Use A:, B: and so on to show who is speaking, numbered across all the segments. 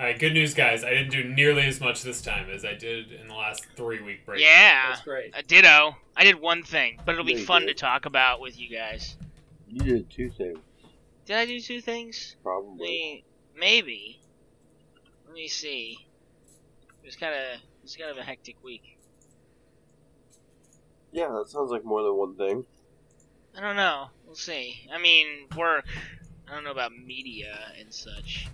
A: All right, good news, guys. I didn't do nearly as much this time as I did in the last three week break.
B: Yeah.
C: That's great.
B: A ditto. I did one thing, but it'll be
D: Yeah, you
B: fun to
D: did.
B: talk about with you guys.
D: You did two things,
B: Did I do two things?
D: probably.
B: May- Maybe. Let me see. It was kind of it was kind of a hectic week.
D: Yeah, that sounds like more than one thing.
B: I don't know. We'll see. I mean, work. I don't know about media and such.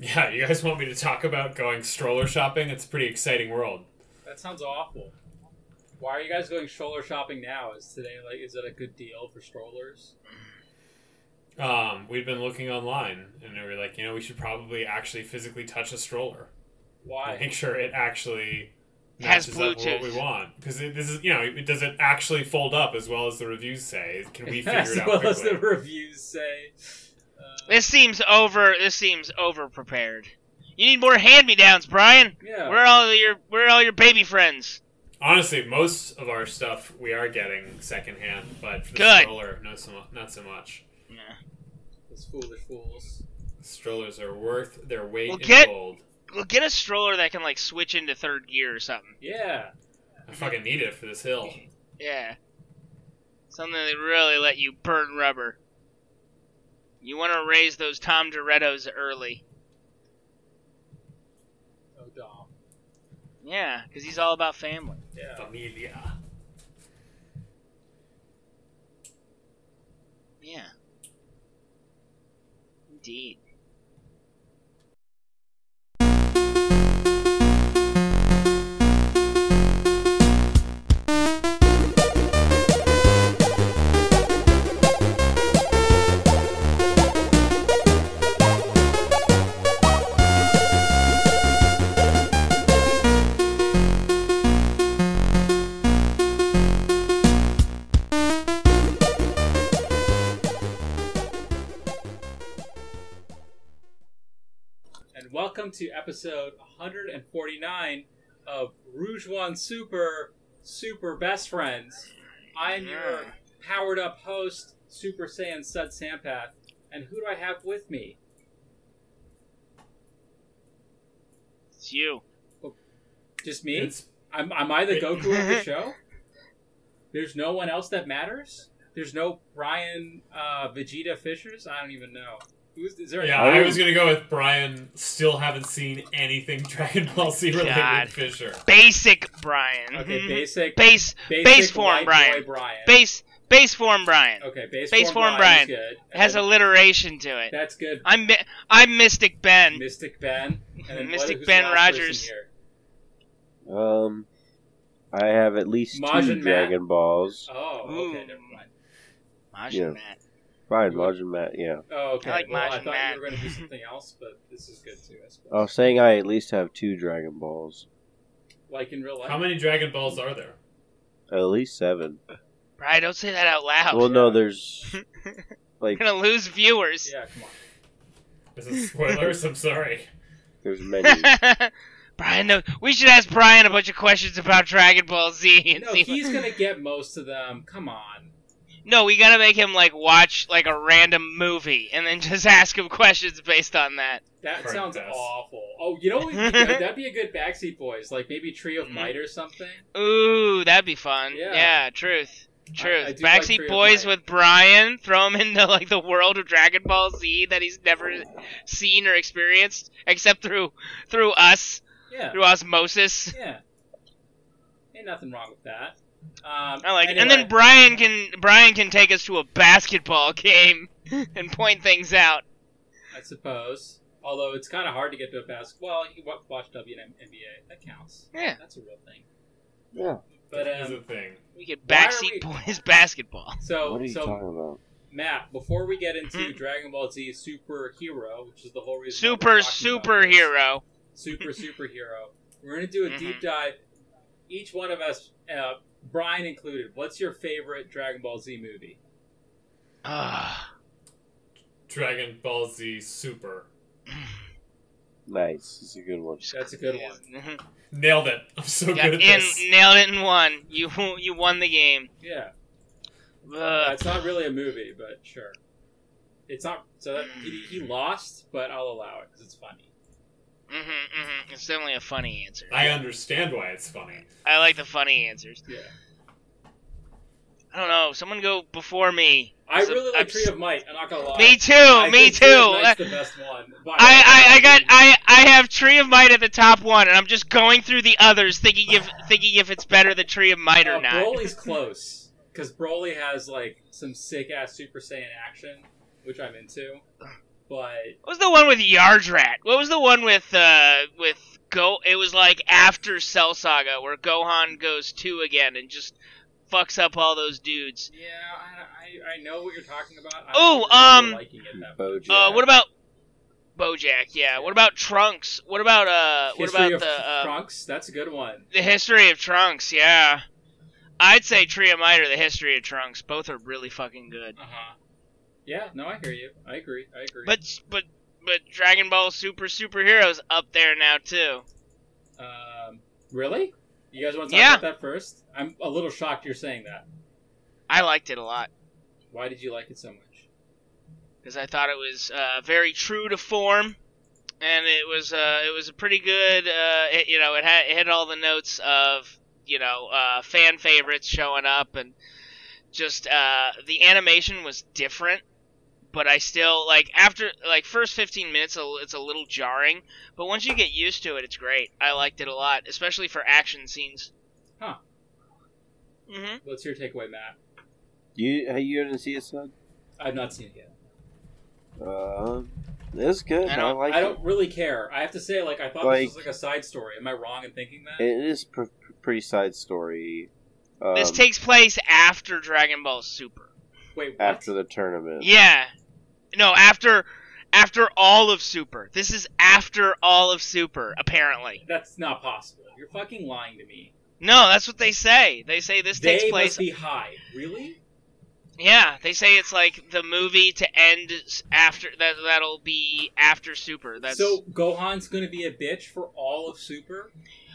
A: Yeah, you guys want me to talk about going stroller shopping? It's a pretty exciting world.
C: That sounds awful. Why are you guys going stroller shopping now? Is today like is it a good deal for strollers?
A: Um, we'd been looking online and we were like, you know, we should probably actually physically touch a stroller and
C: Why?
A: make sure it actually matches
B: Has
A: up with what
B: Bluetooth.
A: we want. Because this is, you know, it, does it actually fold up as well as the reviews say? Can we figure
C: as
A: it out
C: well as
A: quickly?
C: the reviews say. Uh,
B: This seems over. This seems over prepared. You need more hand-me-downs, Brian.
C: yeah.
B: Where are all your Where are all your baby friends?
A: Honestly, most of our stuff we are getting secondhand, but for the
B: Good.
A: stroller, no, so, mu- not so much.
B: Yeah.
C: Those foolish fools.
A: Strollers are worth their weight
B: Well,
A: in
B: get-
A: gold.
B: Well, get a stroller that can like switch into third gear or something.
C: Yeah.
A: I fucking need it for this hill.
B: Yeah. Something that really let you burn rubber. You want to raise those Tom Dorettos early.
C: Oh Dom.
B: Yeah, because he's all about family.
C: Yeah.
A: Familia.
B: Yeah. Indeed.
C: And welcome to episode 149 of Rouge One Super Super Best Friends. I'm your
B: Yeah.
C: powered up host, Super Saiyan Sud Sampath. And who do I have with me?
B: It's you.
C: Just me?
A: It's
C: I'm, I'm I the Goku of the show? There's no one else that matters? There's no Brian uh, Vegeta Fishers? I don't even know. Who's is there?
B: Oh.
A: Yeah, I was gonna go with Brian. Still haven't seen anything Dragon Ball Z related
B: God.
A: with Fisher.
B: Basic Brian.
C: Okay,
B: Mhm.
C: basic,
B: Base.
C: basic
B: base form,
C: white
B: Brian.
C: Boy Brian.
B: Base. Base form Brian.
C: okay, base,
B: base
C: form,
B: form
C: Brian. is Good.
B: It has
C: And
B: alliteration to it.
C: that's good.
B: I'm Mi- I'm Mystic Ben.
C: Mystic Ben. And then what-
B: Mystic
C: who's the
B: Ben
C: last person
B: Rogers.
C: here?
D: Um, I have at least two
C: Majin Mat.
D: Dragon Balls.
C: Oh, okay,
B: Ooh.
C: never mind.
B: Majin
D: Yeah.
B: Mat.
D: Fine,
C: You-
D: Majin Mat, yeah.
C: Oh, okay.
B: I like
C: well, I
B: Majin
C: thought
B: Mat.
C: you were going to do something else, but this is good too. I suppose.
D: I was saying I at least have two Dragon Balls.
C: Like in real life.
A: How many Dragon Balls are there?
D: At least seven.
B: Brian, don't say that out loud.
D: well, no, there's
B: We're
D: like
B: gonna lose viewers.
C: Yeah, come on.
A: This is spoilers. I'm sorry.
D: there's many.
B: Brian, no, we should ask Brian a bunch of questions about Dragon Ball Z and
C: No,
B: see.
C: he's going to get most of them. Come on.
B: No, we gotta make him like watch like a random movie and then just ask him questions based on that.
C: That
A: Hard
C: sounds
A: pass.
C: awful. Oh, you know what? would be good? That'd be a good Backseat Boys, like maybe Tree of
B: Mhm.
C: Might or something.
B: Ooh, that'd be fun.
C: Yeah.
B: Yeah, truth. Truth.
C: I do like
B: Backseat
C: Tree of
B: Boys
C: Might.
B: with Brian, throw him into like the world of Dragon Ball Z that he's never seen or experienced except through through us,
C: Yeah,
B: through osmosis.
C: yeah. Ain't nothing wrong with that. Um,
B: I like it. And
C: anyway,
B: then Brian can Brian can take us to a basketball game and point things out.
C: I suppose. Although it's kind of hard to get to a basketball. Well, you wa- watch WNBA. That counts.
B: Yeah.
C: That's a real thing.
D: Yeah.
C: But
A: That is a
C: um,
A: thing.
B: We get
C: Why are
B: backseat
C: we-
B: boys basketball.
C: so
D: what are you
C: Oh, so
D: talking about?
C: Matt, before we get into
B: Mhm.
C: Dragon Ball Z Superhero, which is the whole reason why
B: Super
C: we're talking about this,
B: superhero.
C: super superhero. We're gonna do a
B: Mhm.
C: deep dive. Each one of us, uh, Brian included. What's your favorite Dragon Ball Z movie?
B: Ah.
A: Dragon Ball Z Super.
D: Nice. It's a good one.
C: That's a good one.
B: Mhm.
A: Nailed it. I'm so
B: Got
A: good at
B: in,
A: this.
B: nailed it in one. You you won the game.
C: Yeah, Uh,
B: Ugh.
C: it's not really a movie, but sure. It's not so that he, he lost, but I'll allow it because it's funny.
B: hmm hmm It's definitely a funny answer.
A: I understand why it's funny.
B: I like the funny answers.
C: Yeah.
B: I don't know. Someone go before me.
C: I
B: It's a-
C: really like
B: I'm
C: Tree
B: s-
C: of Might. I'm not gonna lie.
B: Me too.
C: I
B: me
C: think
B: too.
C: Tree of Might's
B: I,
C: the best one. By-
B: I, I got I, I have Tree of Might at the top one, and I'm just going through the others, thinking if thinking if it's better than Tree of Might
C: Uh,
B: or not.
C: Broly's close because Broly has like some sick ass Super Saiyan action, which I'm into. But
B: What was the one with Yardrat? What was the one with uh with Go? It was like after Cell Saga, where Gohan goes two again and just fucks up all those dudes.
C: yeah, I, I, I know what you're talking about. I
B: Ooh,
C: don't remember
B: um,
C: liking it that much.
D: Bojack.
B: Uh, what about BoJack? Yeah. What about Trunks? What about uh? What
C: History
B: about
C: of
B: the um,
C: Trunks? That's a good one.
B: the history of Trunks? Yeah. I'd say Tree of Might or the history of Trunks. Both are really fucking good.
C: Uh huh. Yeah, no, I hear you. I agree. I agree.
B: But but but Dragon Ball Super Superheroes up there now too.
C: um, really, you guys want to talk
B: Yeah.
C: about that first? I'm a little shocked you're saying that.
B: I liked it a lot
C: Why did you like it so much?
B: because I thought it was uh, very true to form, and it was uh, it was a pretty good. Uh, it, you know, it had it hit all the notes of you know uh, fan favorites showing up, and just uh, the animation was different. But I still like after like first 15 minutes, a- it's a little jarring. But once you get used to it, it's great. I liked it a lot, especially for action scenes.
C: Huh.
B: hmm
C: What's your takeaway, Matt?
D: You you didn't see it, son?
C: I've not seen it yet.
D: Um, it's good.
B: I
D: I,
B: don't-
D: like
C: I don't really care. I have to say, like, I thought
D: Like-
C: this was like a side story. Am I wrong in thinking that?
D: it. It is pr- pr- pretty side story. Um,
B: This takes place after Dragon Ball Super.
C: Wait, what?
D: after the tournament.
B: Yeah. No, after after all of Super. This is after all of Super, apparently.
C: that's not possible. You're fucking lying to me.
B: No, that's what they say. They say this
C: they
B: takes place
C: must be high. Really?
B: Yeah, they say it's like the movie to end s- after that that'll be after Super. That's
C: So Gohan's gonna be a bitch for all of Super.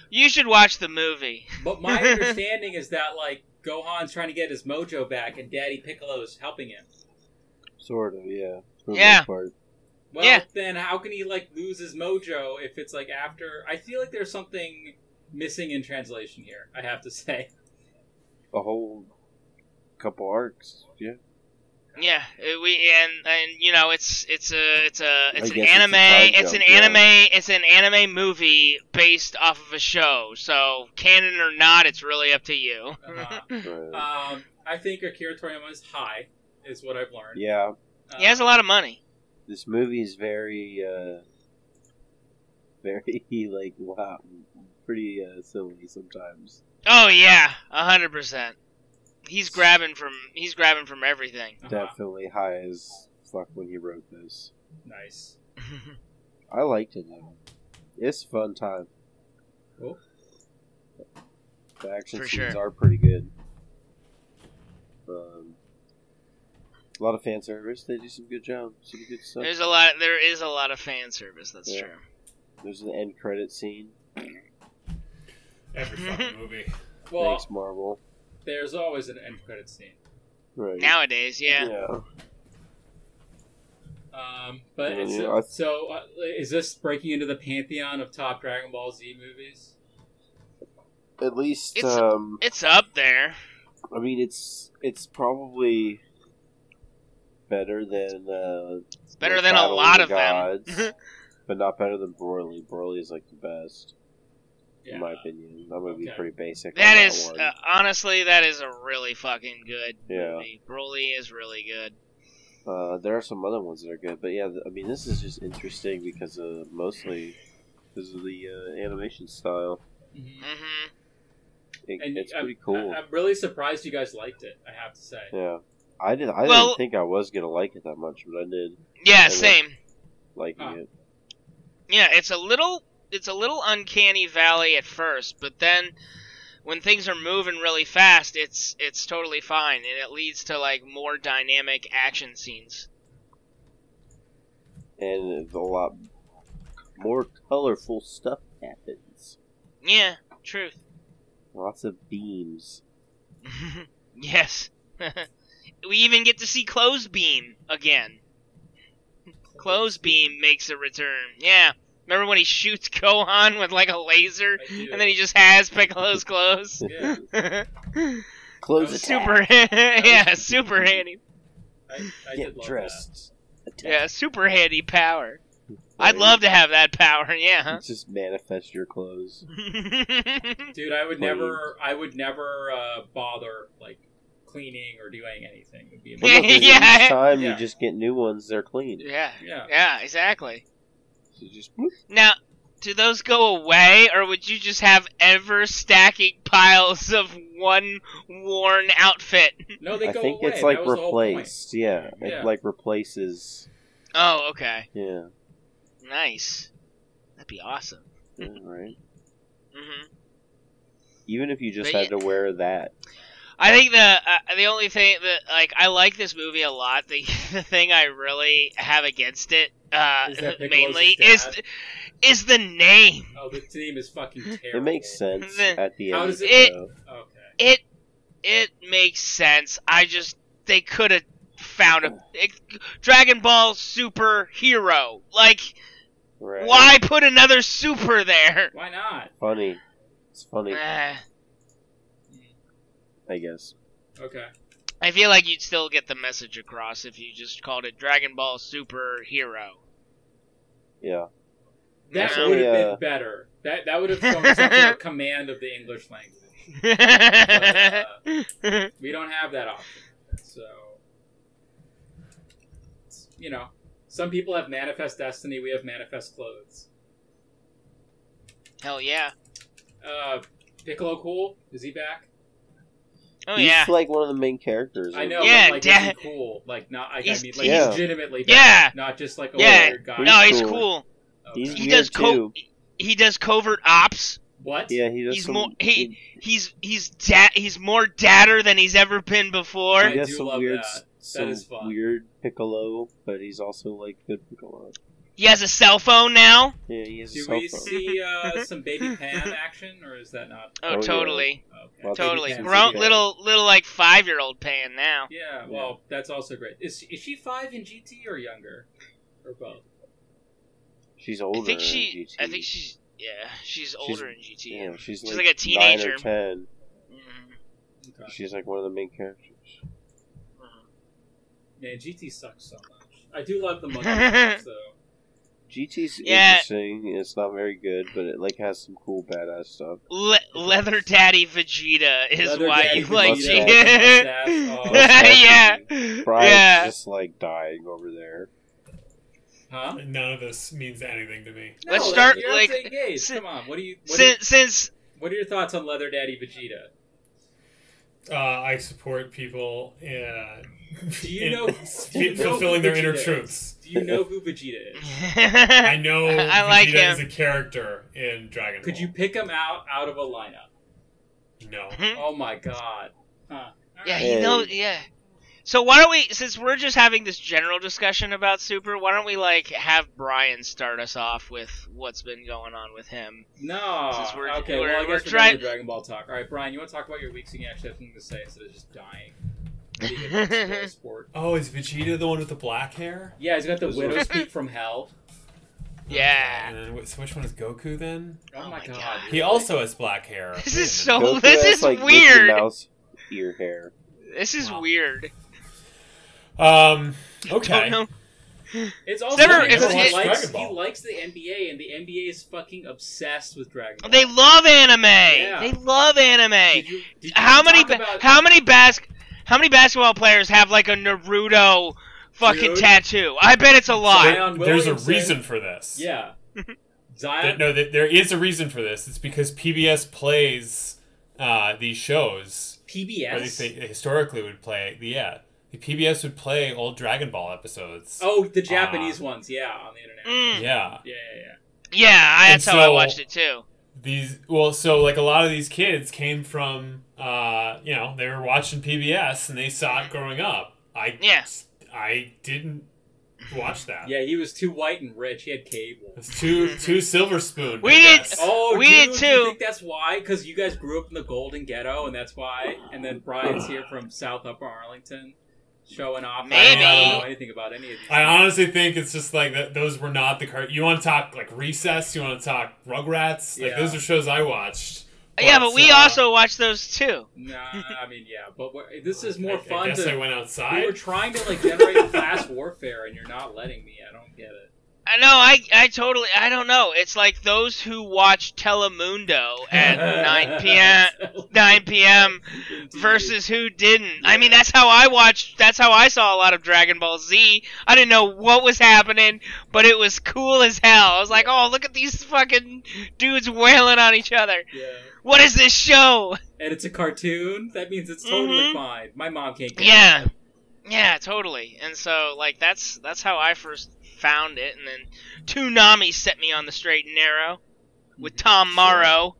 B: You should watch the movie.
C: But my understanding is that like Gohan's trying to get his mojo back, and Daddy Piccolo's helping him.
D: Sort of. Yeah. for the
B: Yeah.
D: most part.
C: Well,
B: Yeah.
C: then how can he like lose his mojo if it's like after? I feel like there's something missing in translation here. I have to say.
D: A whole couple arcs. Yeah.
B: Yeah, uh, we and and you know it's it's a it's a it's an
D: guess it's a
B: anime
D: time
B: it's, an
D: jump, yeah.
B: anime it's an anime movie based off of a show. So canon or not, it's really up to you.
C: Uh-huh.
B: Hmm.
D: Right.
C: um, I think Akira Toriyama is high, is what I've learned.
D: yeah.
C: Uh,
B: He has a lot of money.
D: This movie is very, uh, very like wow, pretty uh, silly sometimes.
B: Oh yeah, a hundred percent. He's grabbing from he's grabbing from everything.
C: uh-huh.
D: Definitely high as fuck when he wrote this.
C: Nice.
D: I liked it though. It's a fun time.
C: Cool.
D: The action
B: For
D: scenes
B: sure.
D: are pretty good. Um, a lot of fan service. They do some good job. Some good stuff. There's,
B: There's a lot. There is a lot of fan service. That's
D: Yeah.
B: true.
D: an end credit scene.
A: Every fucking movie.
C: Well,
D: Thanks, Marvel.
C: there's always an end credit scene.
D: Right.
B: Nowadays, yeah.
C: Um, but
D: Yeah,
C: it's,
D: yeah, I-
C: so uh, is this breaking into the pantheon of top Dragon Ball Z movies?
D: At least,
B: It's-
D: um,
B: It's up there.
D: I mean, it's it's probably better than uh,
B: It's better
D: the
B: than a
D: Battle
B: lot
D: the
B: of them.
D: Gods, but not better than Broly. Broly is like the best,
C: Yeah.
D: in my opinion. I'm gonna be
C: Okay.
D: pretty basic.
B: That
D: on
B: is
D: one.
B: uh, honestly that is a really fucking good
D: Yeah.
B: movie. Broly is really good.
D: Uh, there are some other ones that are good, but yeah, th- I mean, this is just interesting because uh, mostly because of the uh, animation style.
C: Mhm.
B: hmm
D: It,
C: And
D: it's
C: I'm-
D: pretty cool.
C: I, am really surprised you guys liked it. I have to say.
D: yeah, I did. I
B: Well-
D: didn't think I was gonna like it that much, but I did
B: Yeah,
D: like-
B: same.
D: liking
C: Ah.
D: it.
B: Yeah, it's a little it's a little uncanny valley at first, but then when things are moving really fast, it's it's totally fine and it leads to like more dynamic action scenes.
D: and it's a lot more colorful stuff happens.
B: Yeah, truth.
D: Lots of beams.
B: yes. we even get to see close beam again. Close beam makes a return. Yeah. Remember when he shoots Gohan with like a laser,
C: I do.
B: and then he just has Piccolo's clothes.
C: yeah,
D: Close
C: That was
B: super,
D: attack.
B: yeah, super handy.
C: I, I
D: Get
C: did love
D: dressed.
B: Yeah,
D: Attack.
B: super handy power.
D: Right?
B: I'd love to have that power. Yeah.
D: Just manifest your clothes.
C: that. dude. I would
D: Clean.
C: never, I would never uh, bother like cleaning or doing anything. It would be
D: Well, no, 'cause
C: amazing.
B: Yeah.
D: Each time
C: Yeah.
D: you just get new ones, they're clean.
B: yeah.
C: yeah.
B: Yeah. Exactly.
D: So just bloop.
B: Now, do those go away, or would you just have ever stacking piles of one worn outfit?
C: No, they
D: I
C: go
D: think
C: away.
D: it's like
C: that was the whole point.
D: replaced. Yeah,
C: Yeah.
D: it like replaces.
B: Oh, okay.
D: Yeah,
B: Nice. That'd be awesome.
D: yeah, right.
B: hmm
D: Even if you just
B: But
D: had to wear that,
B: I think the uh, the only thing that like I like this movie a lot. The, the thing I really have against it uh,
C: Is that Piccolo's
B: mainly
C: dad?
B: is is the name.
C: Oh, the team is fucking terrible.
D: it makes sense
B: Then-
D: at the
C: How
D: end.
C: does
D: of
C: it-
D: the show.
C: Okay.
B: It it makes sense. I just they could have found a it, Dragon Ball superhero. Like
D: Right.
B: why put another super there?
C: Why not?
D: Funny. It's funny,
B: Eh,
D: I guess.
C: Okay.
B: I feel like you'd still get the message across if you just called it Dragon Ball superhero.
D: Yeah.
C: That
B: Yeah.
C: would have
D: Yeah.
C: been better. That that would have shown some sort of command of the English language. But, uh, we don't have that option. So, it's- you know, some people have manifest destiny. We have manifest clothes.
B: Hell yeah.
C: Uh, Piccolo cool? Is he back?
B: Oh
D: he's
B: yeah.
D: like one of the main characters.
C: I know.
B: Yeah,
C: but, like,
B: da-
C: is he cool? Like not. I, I
B: He's-
C: mean, like
D: Yeah.
C: legitimately.
B: Yeah.
C: Back, Not just like a
B: Yeah.
C: weird guy.
B: No, he's
D: cool.
B: cool.
C: Okay.
D: He's
B: He
D: weird
B: does
D: too.
B: co- He does covert ops.
C: what?
D: Yeah, he does
B: He's
D: some.
B: more- he- He's he's da- he's more datter than he's ever been before.
D: he
C: I
D: does
C: do
D: some
C: love
D: weird,
C: that.
D: s-
C: That
D: some
C: is fun.
D: weird Piccolo, but he's also like good Piccolo.
B: He has a cell phone now.
D: Yeah, he has a
C: Do
D: cell
C: we
D: phone.
C: see uh, some baby Pan action, or is that not?
B: Oh,
D: Oh, yeah.
B: totally,
C: Okay.
D: Well,
B: totally.
D: Baby Pan's
B: Grown
D: okay.
B: little little like five year old Pan now.
C: Yeah, well, that's also great. Is she, is she five in GT or younger, or both?
D: She's older.
B: I think
D: in
B: she.
D: GT.
B: I think she's yeah. She's older in GT.
D: Yeah, she's,
B: She's
D: like,
B: like a
D: Nine
B: teenager.
D: or ten.
B: Mhm.
C: Okay.
D: She's like one of the main characters.
C: Man, GT sucks so much. I do love the monkey. so
D: GT's
B: Yeah.
D: interesting. It's not very good, but it like has some cool badass stuff.
B: Le- Leather Daddy Vegeta is
C: Leather
B: why
C: Daddy
B: you like
D: Vegeta.
B: GT.
C: Mustache.
B: yeah.
C: Oh,
D: Brian's
B: Yeah.
D: just like dying over there.
C: huh?
A: None of this means anything to me.
B: Let's start,
C: you're
B: like,
C: upside gaze.
B: si-
C: Come on, what do you? What, are,
B: Since since
C: what are your thoughts on Leather Daddy Vegeta?
A: Uh, I support people uh,
C: Do you
A: in
C: know-
A: f-
C: do you know
A: fulfilling their
C: who
A: inner
C: Vegeta is?
A: truths.
C: Do you know who Vegeta is?
A: I know
B: I like
A: Vegeta
B: him.
A: is a character in Dragon
C: Could
A: Ball.
C: you pick him out out of a lineup?
A: No.
C: Oh my god. Huh.
B: Yeah,
D: Hey.
B: you know, yeah. So why don't we, since we're just having this general discussion about Super, why don't we like have Brian start us off with what's been going on with him?
C: No.
B: Since we're-
C: okay,
B: we're-
C: well, I
B: we're
C: guess we're
B: try-
C: done with Dragon Ball talk. All right, Brian, you want to talk about your week so you can actually have something to say instead of just dying? Being a spoil sport.
A: Oh, is Vegeta the one with the black hair?
C: Yeah, he's got the
D: This
C: widow's
D: one.
C: peak from hell.
B: Yeah.
A: And then, wh- so which one is Goku then?
C: Oh, my god.
B: God.
A: He also has black hair.
B: This
A: Wait a
B: is
A: minute.
B: so.
D: Goku
B: this
D: has,
B: is
D: like, Mickey
B: weird.
D: Mouse ear hair.
B: This is
A: Wow.
B: weird.
A: Um.
B: Don't
A: Okay.
B: know.
C: It's also
B: Never-
C: because
A: it's-
C: he,
A: it's-
C: likes,
A: Dragon Ball.
C: he likes the NBA, and the NBA is fucking obsessed with Dragon Ball.
B: They love anime.
C: Yeah.
B: They love anime.
C: Did you- did you
B: How many?
C: talk
B: ba-
C: about-
B: how many bas- How many basketball players have like a Naruto fucking
C: Dude.
B: tattoo? I bet it's a lot.
A: There-
C: Zion
A: there's a
C: Williamson.
A: reason for this.
C: Yeah.
A: That-
C: Zion.
A: no, that there is a reason for this. It's because PBS plays uh, these shows, or at least they
C: PBS.
A: they historically would play. Yeah, the PBS would play old Dragon Ball episodes.
C: Oh, the Japanese
A: Ah.
C: ones, yeah, on the internet.
B: Mm.
A: yeah.
C: Yeah, yeah, yeah.
B: Yeah, I,
A: And
B: that's how I
A: so-
B: watched it too.
A: These well, so like a lot of these kids came from, uh, you know, they were watching PBS and they saw it growing up. I
B: Yeah.
A: I didn't watch that.
C: Yeah, he was too white and rich. He had cable.
A: It's two two silver spoon.
B: Mm-hmm. We
A: I
B: did-
A: guess.
C: Oh,
B: We
C: dude,
B: did
C: do you
B: too.
C: think that's why? Because you guys grew up in the Golden Ghetto, and that's why. And then Brian's here from South Upper Arlington, showing off.
B: Maybe.
C: I don't know anything about any of these.
A: I honestly think it's just like that. Those were not the cart. You want to talk like Recess? You want to talk Rugrats? Like
C: Yeah.
A: those are shows I watched.
B: yeah, but we
A: uh,
B: also watch those too.
C: Nah, I mean, yeah, but we're, this is
A: I, I
C: more fun
A: guess I
C: to.
A: went
C: we were
A: outside.
C: trying to like generate class warfare, and you're not letting me. I don't get it.
B: I know. I I totally. I don't know. It's like those who watch Telemundo at 9 p.m. 9 p.m.
C: Indeed.
B: versus who didn't. I mean, that's how I watched. That's how I saw a lot of Dragon Ball Z. I didn't know what was happening, but it was cool as hell. I was like, oh, look at these fucking dudes wailing on each other.
C: Yeah.
B: What is this show?
C: And it's a cartoon. That means it's totally
B: Mhm.
C: fine. My mom can't. Get
B: Yeah,
C: It.
B: yeah, totally. And so, like, that's that's how I first found it, and then Toonami set me on the straight and narrow with Tom Morrow.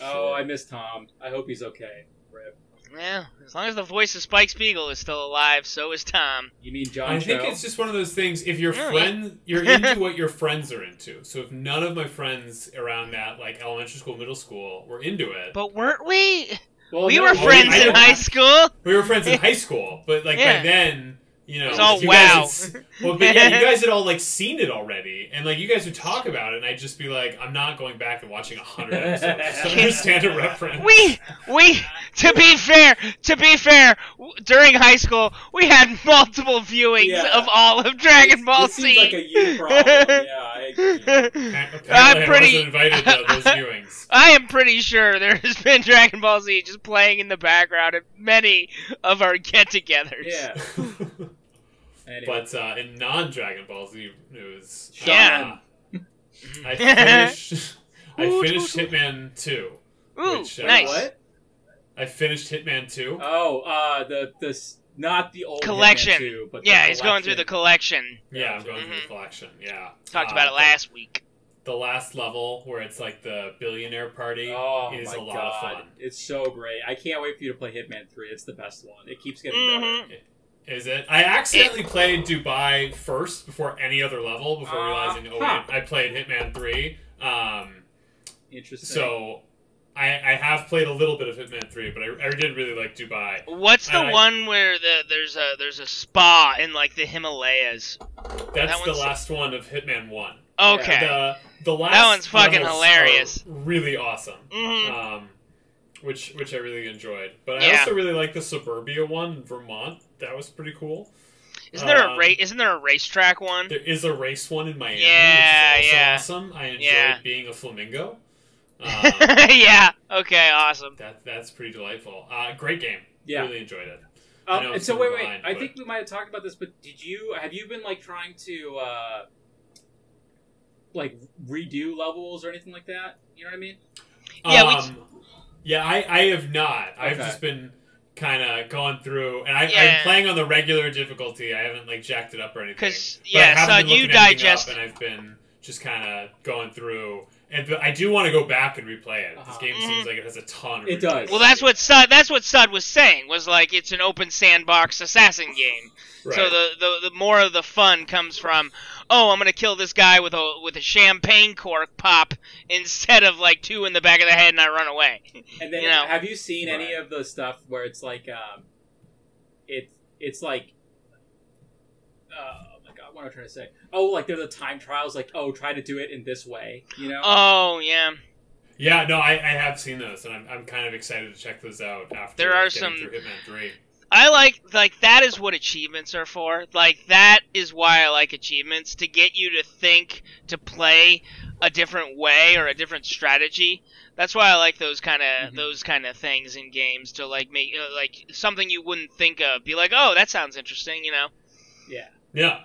C: Oh, I miss Tom. I hope he's okay. Rip.
B: Yeah, as long as the voice of Spike Spiegel is still alive, so is Tom.
C: You mean John?
A: I think
C: Cho?
A: it's just one of those things. If your
B: Yeah.
A: friend, you're into what your friends are into. So if none of my friends around that like elementary school, middle school were into it,
B: But weren't we?
C: Well,
B: we
C: no,
B: were
A: well,
B: friends
A: I
B: in
A: don't-
B: high school.
A: we were friends in high school. But like
B: Yeah.
A: by then, you know,
B: It was all
A: you guys had
B: wow.
A: s- well, but yeah, you guys had all like seen it already, and like you guys would talk about it, and I'd just be like, I'm not going back and watching hundred episodes just to understand a reference.
B: We we to be fair, to be fair, w- during high school we had multiple viewings
C: Yeah.
B: of all of Dragon Ball
C: This
B: Z.
C: seems like a you problem. Yeah, I agree.
A: Apparently,
B: I'm
A: I
B: pretty-
A: wasn't invited to those viewings.
B: I am pretty sure there has been Dragon Ball Z just playing in the background at many of our get-togethers.
C: Yeah. Anyway.
A: but uh, in non Dragon Ball Z news, uh,
B: Yeah.
A: I finished. I finished Hitman two.
B: Ooh,
A: Which, uh,
B: nice.
C: What?
A: I finished Hitman two.
C: Oh, uh, the the s- not the old Hitman
B: Collection.
C: 2, but the
B: Yeah, he's going through the
C: collection.
B: collection.
A: yeah, I'm going through
B: Mhm.
A: the collection. Yeah,
B: Talked
A: Uh,
B: about it last week.
A: The last level where it's like the billionaire party
C: Oh
A: is
C: my
A: a lot
C: god,
A: of fun.
C: it's so great! I can't wait for you to play Hitman Three. It's the best one. It keeps getting better.
B: Mhm.
A: Is it? I accidentally played Dubai first before any other level before
C: Uh,
A: realizing oh
C: huh.
A: wait, I played Hitman three. Um,
C: Interesting.
A: so I, I have played a little bit of Hitman three, but I, I did really like Dubai.
B: What's the
A: I-
B: one where the there's a there's a spa in like the Himalayas?
A: That's
B: That
A: the
B: one's-
A: last one of Hitman one.
B: Okay.
A: The, the last
B: one's fucking
A: levels
B: hilarious.
A: are Really awesome.
B: Mhm.
A: Um, which which I really enjoyed. But I
B: Yeah.
A: also really like the suburbia one in Vermont. That was pretty cool.
B: Isn't there a
A: Um,
B: ra- Isn't there a racetrack one?
A: There is a race one in Miami,
B: Mm-hmm. Yeah,
A: which is also
B: yeah.
A: awesome. I enjoyed
B: Yeah.
A: being a flamingo. Um,
B: yeah. Okay. Awesome.
A: that that's pretty delightful. Uh, great game.
C: Yeah.
A: Really enjoyed it. I know
C: um, and
A: it's
C: so
A: in
C: wait,
A: your
C: wait.
A: mind,
C: I
A: but-
C: think we might have talked about this, but did you have you been like trying to uh like redo levels or anything like that? You know what I mean?
B: Yeah, we-
A: Um, yeah, I, I have not. I've
C: Okay.
A: just been kind of going through, and I,
B: Yeah.
A: I'm playing on the regular difficulty. I haven't like jacked it up or anything.
B: 'Cause,
A: But I
B: yeah,
A: have
B: so
A: been looking
B: you
A: everything up,
B: digest-
A: and I've been just kind of going through. And but I do want to go back and replay it. This
C: Uh-huh.
A: game seems
B: Mhm.
A: like it has a ton. Of
C: It does.
B: Well, that's what Sud. That's what Sud was saying. Was like it's an open sandbox assassin game. So the, the the more of the fun comes from, oh, I'm gonna kill this guy with a with a champagne cork pop instead of like two in the back of the head and I run away.
C: And then
B: You know.
C: have you seen any
A: Right.
C: of the stuff where it's like um it it's like uh, oh my god, what am I trying to say? Oh, like there's the time trials, like oh, try to do it in this way, you know?
B: Oh yeah,
A: yeah, no, I, I have seen those, and I'm, I'm kind of excited to check those out after.
B: There are
A: getting
B: some-
A: through Hitman Three.
B: I like like that is what achievements are for. Like that is why I like achievements to get you to think to play a different way or a different strategy. That's why I like those kind of
A: Mm-hmm.
C: Mhm.
B: those kind of things in games to like make you know, like something you wouldn't think of. Be like, oh, that sounds interesting, you know?
A: Yeah, yeah.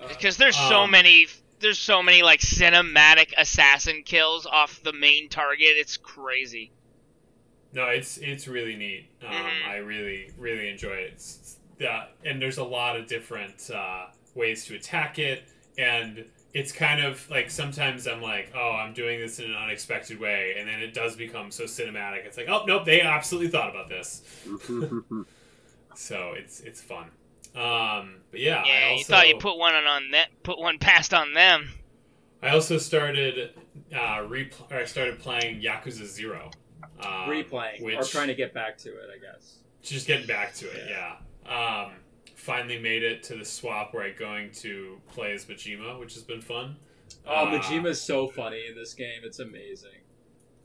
C: Uh,
B: Because there's so
A: Um,
B: many there's so many like cinematic assassin kills off the main target. It's crazy.
A: No, it's it's really neat. Um,
B: Mhm.
A: I really really enjoy it. It's, it's, uh, and there's a lot of different uh, ways to attack it, and it's kind of like sometimes I'm like, oh, I'm doing this in an unexpected way, and then it does become so cinematic. It's like, oh nope, they absolutely thought about this.
B: Mm-hmm.
A: So it's it's fun. Um, but yeah, I
B: yeah,
A: also
B: you thought you put one on that put one past on them.
A: I also started uh, repl- or I started playing Yakuza Zero. Um,
C: replaying or
A: which-
C: trying to get back to it, I guess.
A: just getting back to it yeah Um, finally made it to the swap where I'm going to play as Majima, which has been fun.
C: Oh,
A: Uh,
C: Majima is so funny in this game. It's amazing.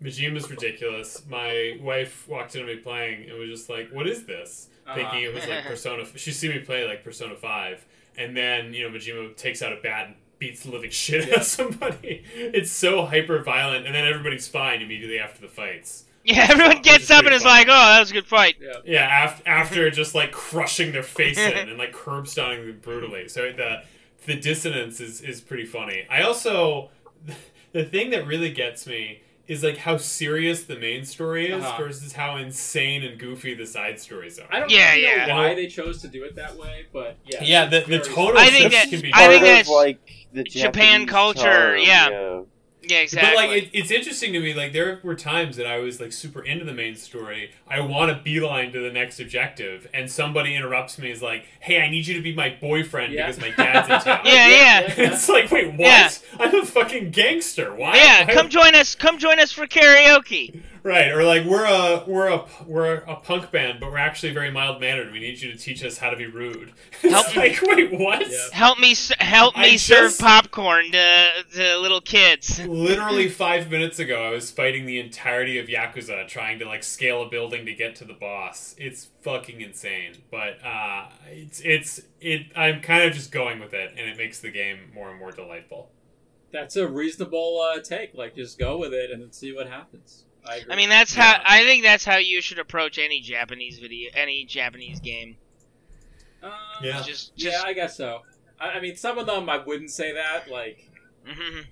A: Majima's ridiculous. My wife walked in on me playing and was just like, "What is this?"
C: Uh-huh.
A: Thinking it was like Persona. She see me play like Persona Five, and then you know Majima takes out a bat and beats the living shit out
C: Yeah.
A: of somebody. It's so hyper violent, and then everybody's fine immediately after the fights.
B: Yeah, everyone
A: Which
B: gets
A: is
B: up
A: pretty
B: and is
A: fun.
B: like, "Oh, that was a good fight."
C: Yeah.
A: Yeah, af- after just like crushing their face in and like curb stomping them brutally. So the the dissonance is is pretty funny. I also the thing that really gets me is like how serious the main story is
C: Uh-huh.
A: versus how insane and goofy the side stories are.
C: I don't
B: Yeah,
C: really know
B: yeah.
C: why they chose to do it that way, but yeah.
A: yeah,
C: it's
A: the, the
C: very
A: total
C: funny.
B: I think
A: shifts
B: that-
A: can be
B: I
A: dark.
B: think
D: Part of,
B: that's
D: like the
B: Japan
D: Japanese
B: culture,
D: charm,
B: yeah.
D: yeah.
B: Yeah, exactly.
A: But like, it, it's interesting to me. Like, there were times that I was like super into the main story. I want to beeline to the next objective, and somebody interrupts me. Is like, "Hey, I need you to be my boyfriend
C: Yeah.
A: because my dad's in town."
B: Yeah, yeah.
A: it's like, wait, what?
B: Yeah.
A: I'm a fucking gangster. Why?
B: yeah,
A: why-
B: come join us. Come join us for karaoke.
A: Right, or like we're a we're a we're a punk band, but we're actually very mild mannered. We need you to teach us how to be rude. It's
B: Help-
A: like, wait, what?
C: Yeah.
B: Help me, s- help
A: I
B: me
A: just-
B: serve popcorn to, to little kids.
A: Literally five minutes ago, I was fighting the entirety of Yakuza, trying to like scale a building to get to the boss. It's fucking insane, but uh, it's it's it. I'm kind of just going with it, and it makes the game more and more delightful.
C: That's a reasonable uh, take. Like, just go with it and then see what happens. I, agree.
B: I mean, that's
A: Yeah.
B: how I think that's how you should approach any Japanese video, any Japanese game.
C: uh,
A: Yeah.
B: Just,
C: yeah,
B: just,
C: I guess so. I, I mean, some of them I wouldn't say that. Like,
B: mhm.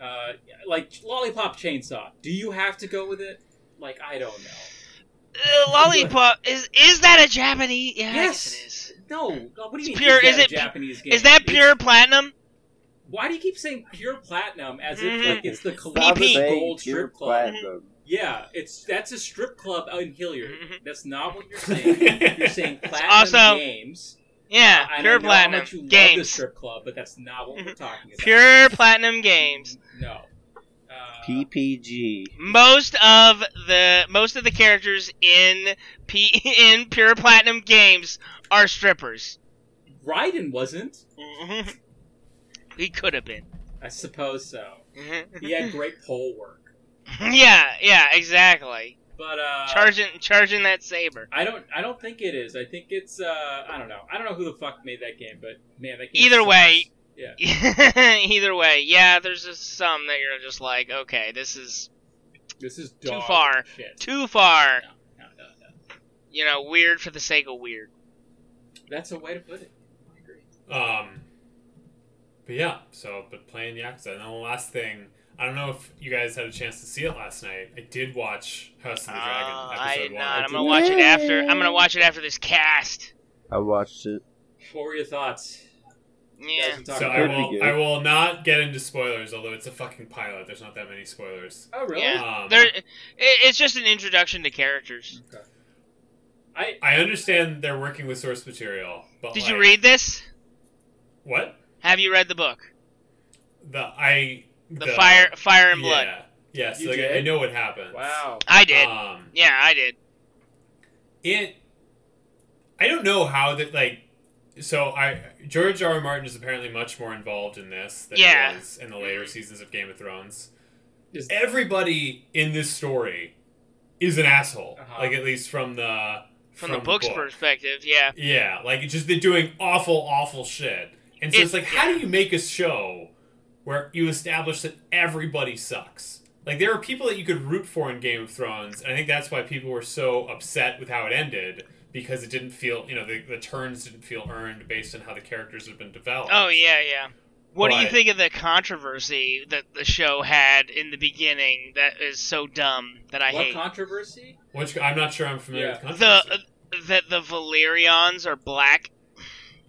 C: uh, like Lollipop Chainsaw. Do you have to go with it? Like, I don't know.
B: Uh, lollipop is is that a Japanese? Yeah, I
C: Yes.
B: guess it is.
C: No, no, what do you
B: It's
C: mean?
B: pure-
C: is,
B: is
C: that
B: it
C: a
B: pu-
C: Japanese game?
B: Is that
C: It's-
B: pure platinum?
C: Why do you keep saying pure platinum as if
B: Mhm.
C: like it's the
D: Stop
B: PP.
C: Columbus
D: saying
C: Gold
D: pure
C: Strip Club?
D: platinum.
C: Yeah, it's that's a strip club out in Hilliard.
B: Mhm.
C: That's not what you're saying. you're saying platinum
B: also-
C: games.
B: Yeah,
C: I
B: pure
C: don't know how
B: platinum
C: much you love the
B: games. Mm-hmm.
C: strip club, but that's not what we're talking about.
B: Pure platinum games.
C: No. Uh,
D: PPG.
B: Most of the most of the characters in P- in pure platinum games are strippers.
C: Raiden wasn't.
B: Mhm. he could have been.
C: I suppose so.
B: Mhm.
C: He had great pole work,
B: yeah, yeah, exactly.
C: but uh,
B: Charging charging that saber.
C: I don't. I don't think it is. I think it's. Uh, I don't know. I don't know who the fuck made that game, but man, that game.
B: Either
C: sucks.
B: way-
C: Yeah.
B: Either way, yeah, there's just some that you're just like, okay, this is
C: This is
B: Too
C: dog
B: far.
C: Shit.
B: too far.
C: No, no, no.
B: You know, weird for the sake of weird.
C: That's a way to put it. I agree.
A: Um, but yeah, so but playing Yakuza. And then the last thing, I don't know if you guys had a chance to see it last night. I did watch House of the
B: Oh,
A: Dragon episode
B: I did
A: one.
B: not. I'm
D: did
B: gonna watch it
D: not.
B: after. I'm gonna watch it after this cast.
D: I watched it.
C: What were your thoughts? You guys
B: Yeah.
C: were talking
A: so I
C: about-
D: Pretty
A: will.
D: good.
A: I will not get into spoilers, although it's a fucking pilot. There's not that many spoilers.
C: Oh really?
B: Yeah.
A: Um,
B: There, it, it's just an introduction to characters.
C: Okay. I
A: I understand they're working with source material, but
B: Did
A: like,
B: you read this?
A: what
B: Have you read the book?
A: the I
B: The, Fire, Fire and Blood.
A: Yeah, yeah. So
C: You
A: like,
C: did?
A: I know what happens.
C: wow.
B: I did.
A: Um,
B: yeah, I did.
A: it i don't know how that like so i george r. R. martin is apparently much more involved in this than
B: Yeah.
A: he was in the later seasons of game of thrones
C: Is-
A: everybody in this story is an asshole
C: Uh-huh.
A: like at least from the
B: From, the book's
A: book.
B: perspective, yeah.
A: yeah like it's just they're doing awful awful shit and so
B: It-
A: it's like how do you make a show where you establish that everybody sucks like there are people that you could root for in Game of Thrones, and I think that's why people were so upset with how it ended because it didn't feel, you know, the, the turns didn't feel earned based on how the characters had been developed.
B: Oh yeah, yeah. What do you
A: But-
B: think of the controversy that the show had in the beginning? That is so dumb that I
C: what
B: hate.
C: controversy?
A: which I'm not sure I'm familiar
C: Yeah.
A: with.
B: the uh,
A: controversy.
B: that the Valerians are black.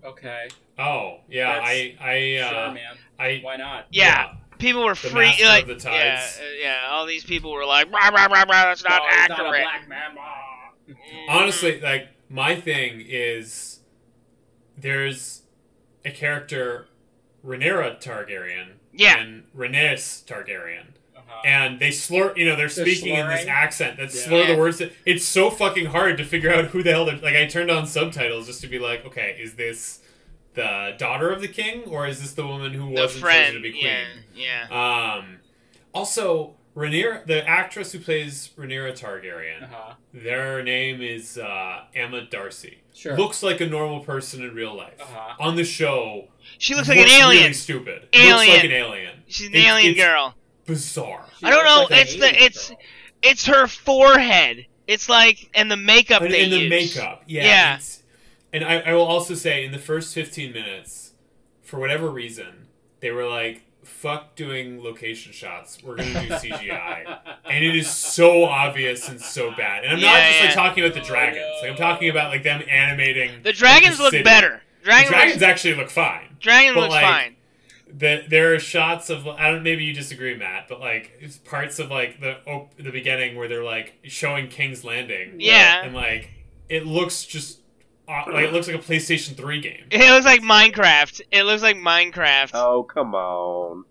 C: Okay.
A: oh yeah, I I uh,
C: sure, man.
A: I
C: Why not?
B: Yeah, people were
A: The
B: free.
A: Master
B: Like,
A: of the
B: yeah,
A: Tides.
B: uh, yeah. All these people were like, rah rah rah rah. That's not
C: No, he's
B: accurate.
C: not a black man. Ah.
B: Mm.
A: honestly like my thing is there's a character Rhaenyra Targaryen
B: Yeah.
A: and Rhaenys Targaryen
C: Uh-huh.
A: and they slur you know they're
C: They're
A: speaking in this
C: slurring?
A: accent that
C: Yeah.
A: slur
B: Yeah.
A: the words that- it's so fucking hard to figure out who the hell they're like i turned on subtitles just to be like okay is this the daughter of the king or is this the woman who
B: the
A: wasn't chosen
B: friend.
A: to be queen
B: Yeah, yeah.
A: um also Rhaenyra, the actress who plays Rhaenyra Targaryen,
C: Uh-huh.
A: their name is uh, Emma Darcy.
C: Sure.
A: Looks like a normal person in real life.
C: Uh-huh.
A: On the show,
B: She looks like an
A: really
B: alien.
A: stupid. Looks
B: Alien.
A: like an alien.
B: She's an
A: It's-
B: alien
A: it's
B: girl.
A: Bizarre.
C: She
B: I don't
C: looks
B: know,
C: an
B: it's the-
C: alien
B: it's-
C: girl.
B: It's her forehead. It's like and the makeup
A: and,
B: they
A: and the
B: use.
A: makeup yeah,
B: Yeah.
A: it's- and I, I will also say in the first 15 minutes for whatever reason they were like fuck doing location shots we're gonna do cgi and it is so obvious and so bad and i'm not
B: Yeah,
A: just like
B: yeah.
A: talking about the dragons like i'm talking about like them animating
B: The dragons
A: the
B: look
A: city.
B: better.
A: the
B: Dragon
A: dragons
B: looks,
A: actually look fine
B: dragon
A: but,
B: looks
A: like,
B: fine.
A: the, there are shots of I don't maybe you disagree Matt but like it's parts of like the op- the beginning where they're like showing King's Landing
B: Yeah.
A: and like it looks just uh, like it looks like a PlayStation 3 game.
B: It looks like Minecraft. It looks like Minecraft.
D: Oh come on,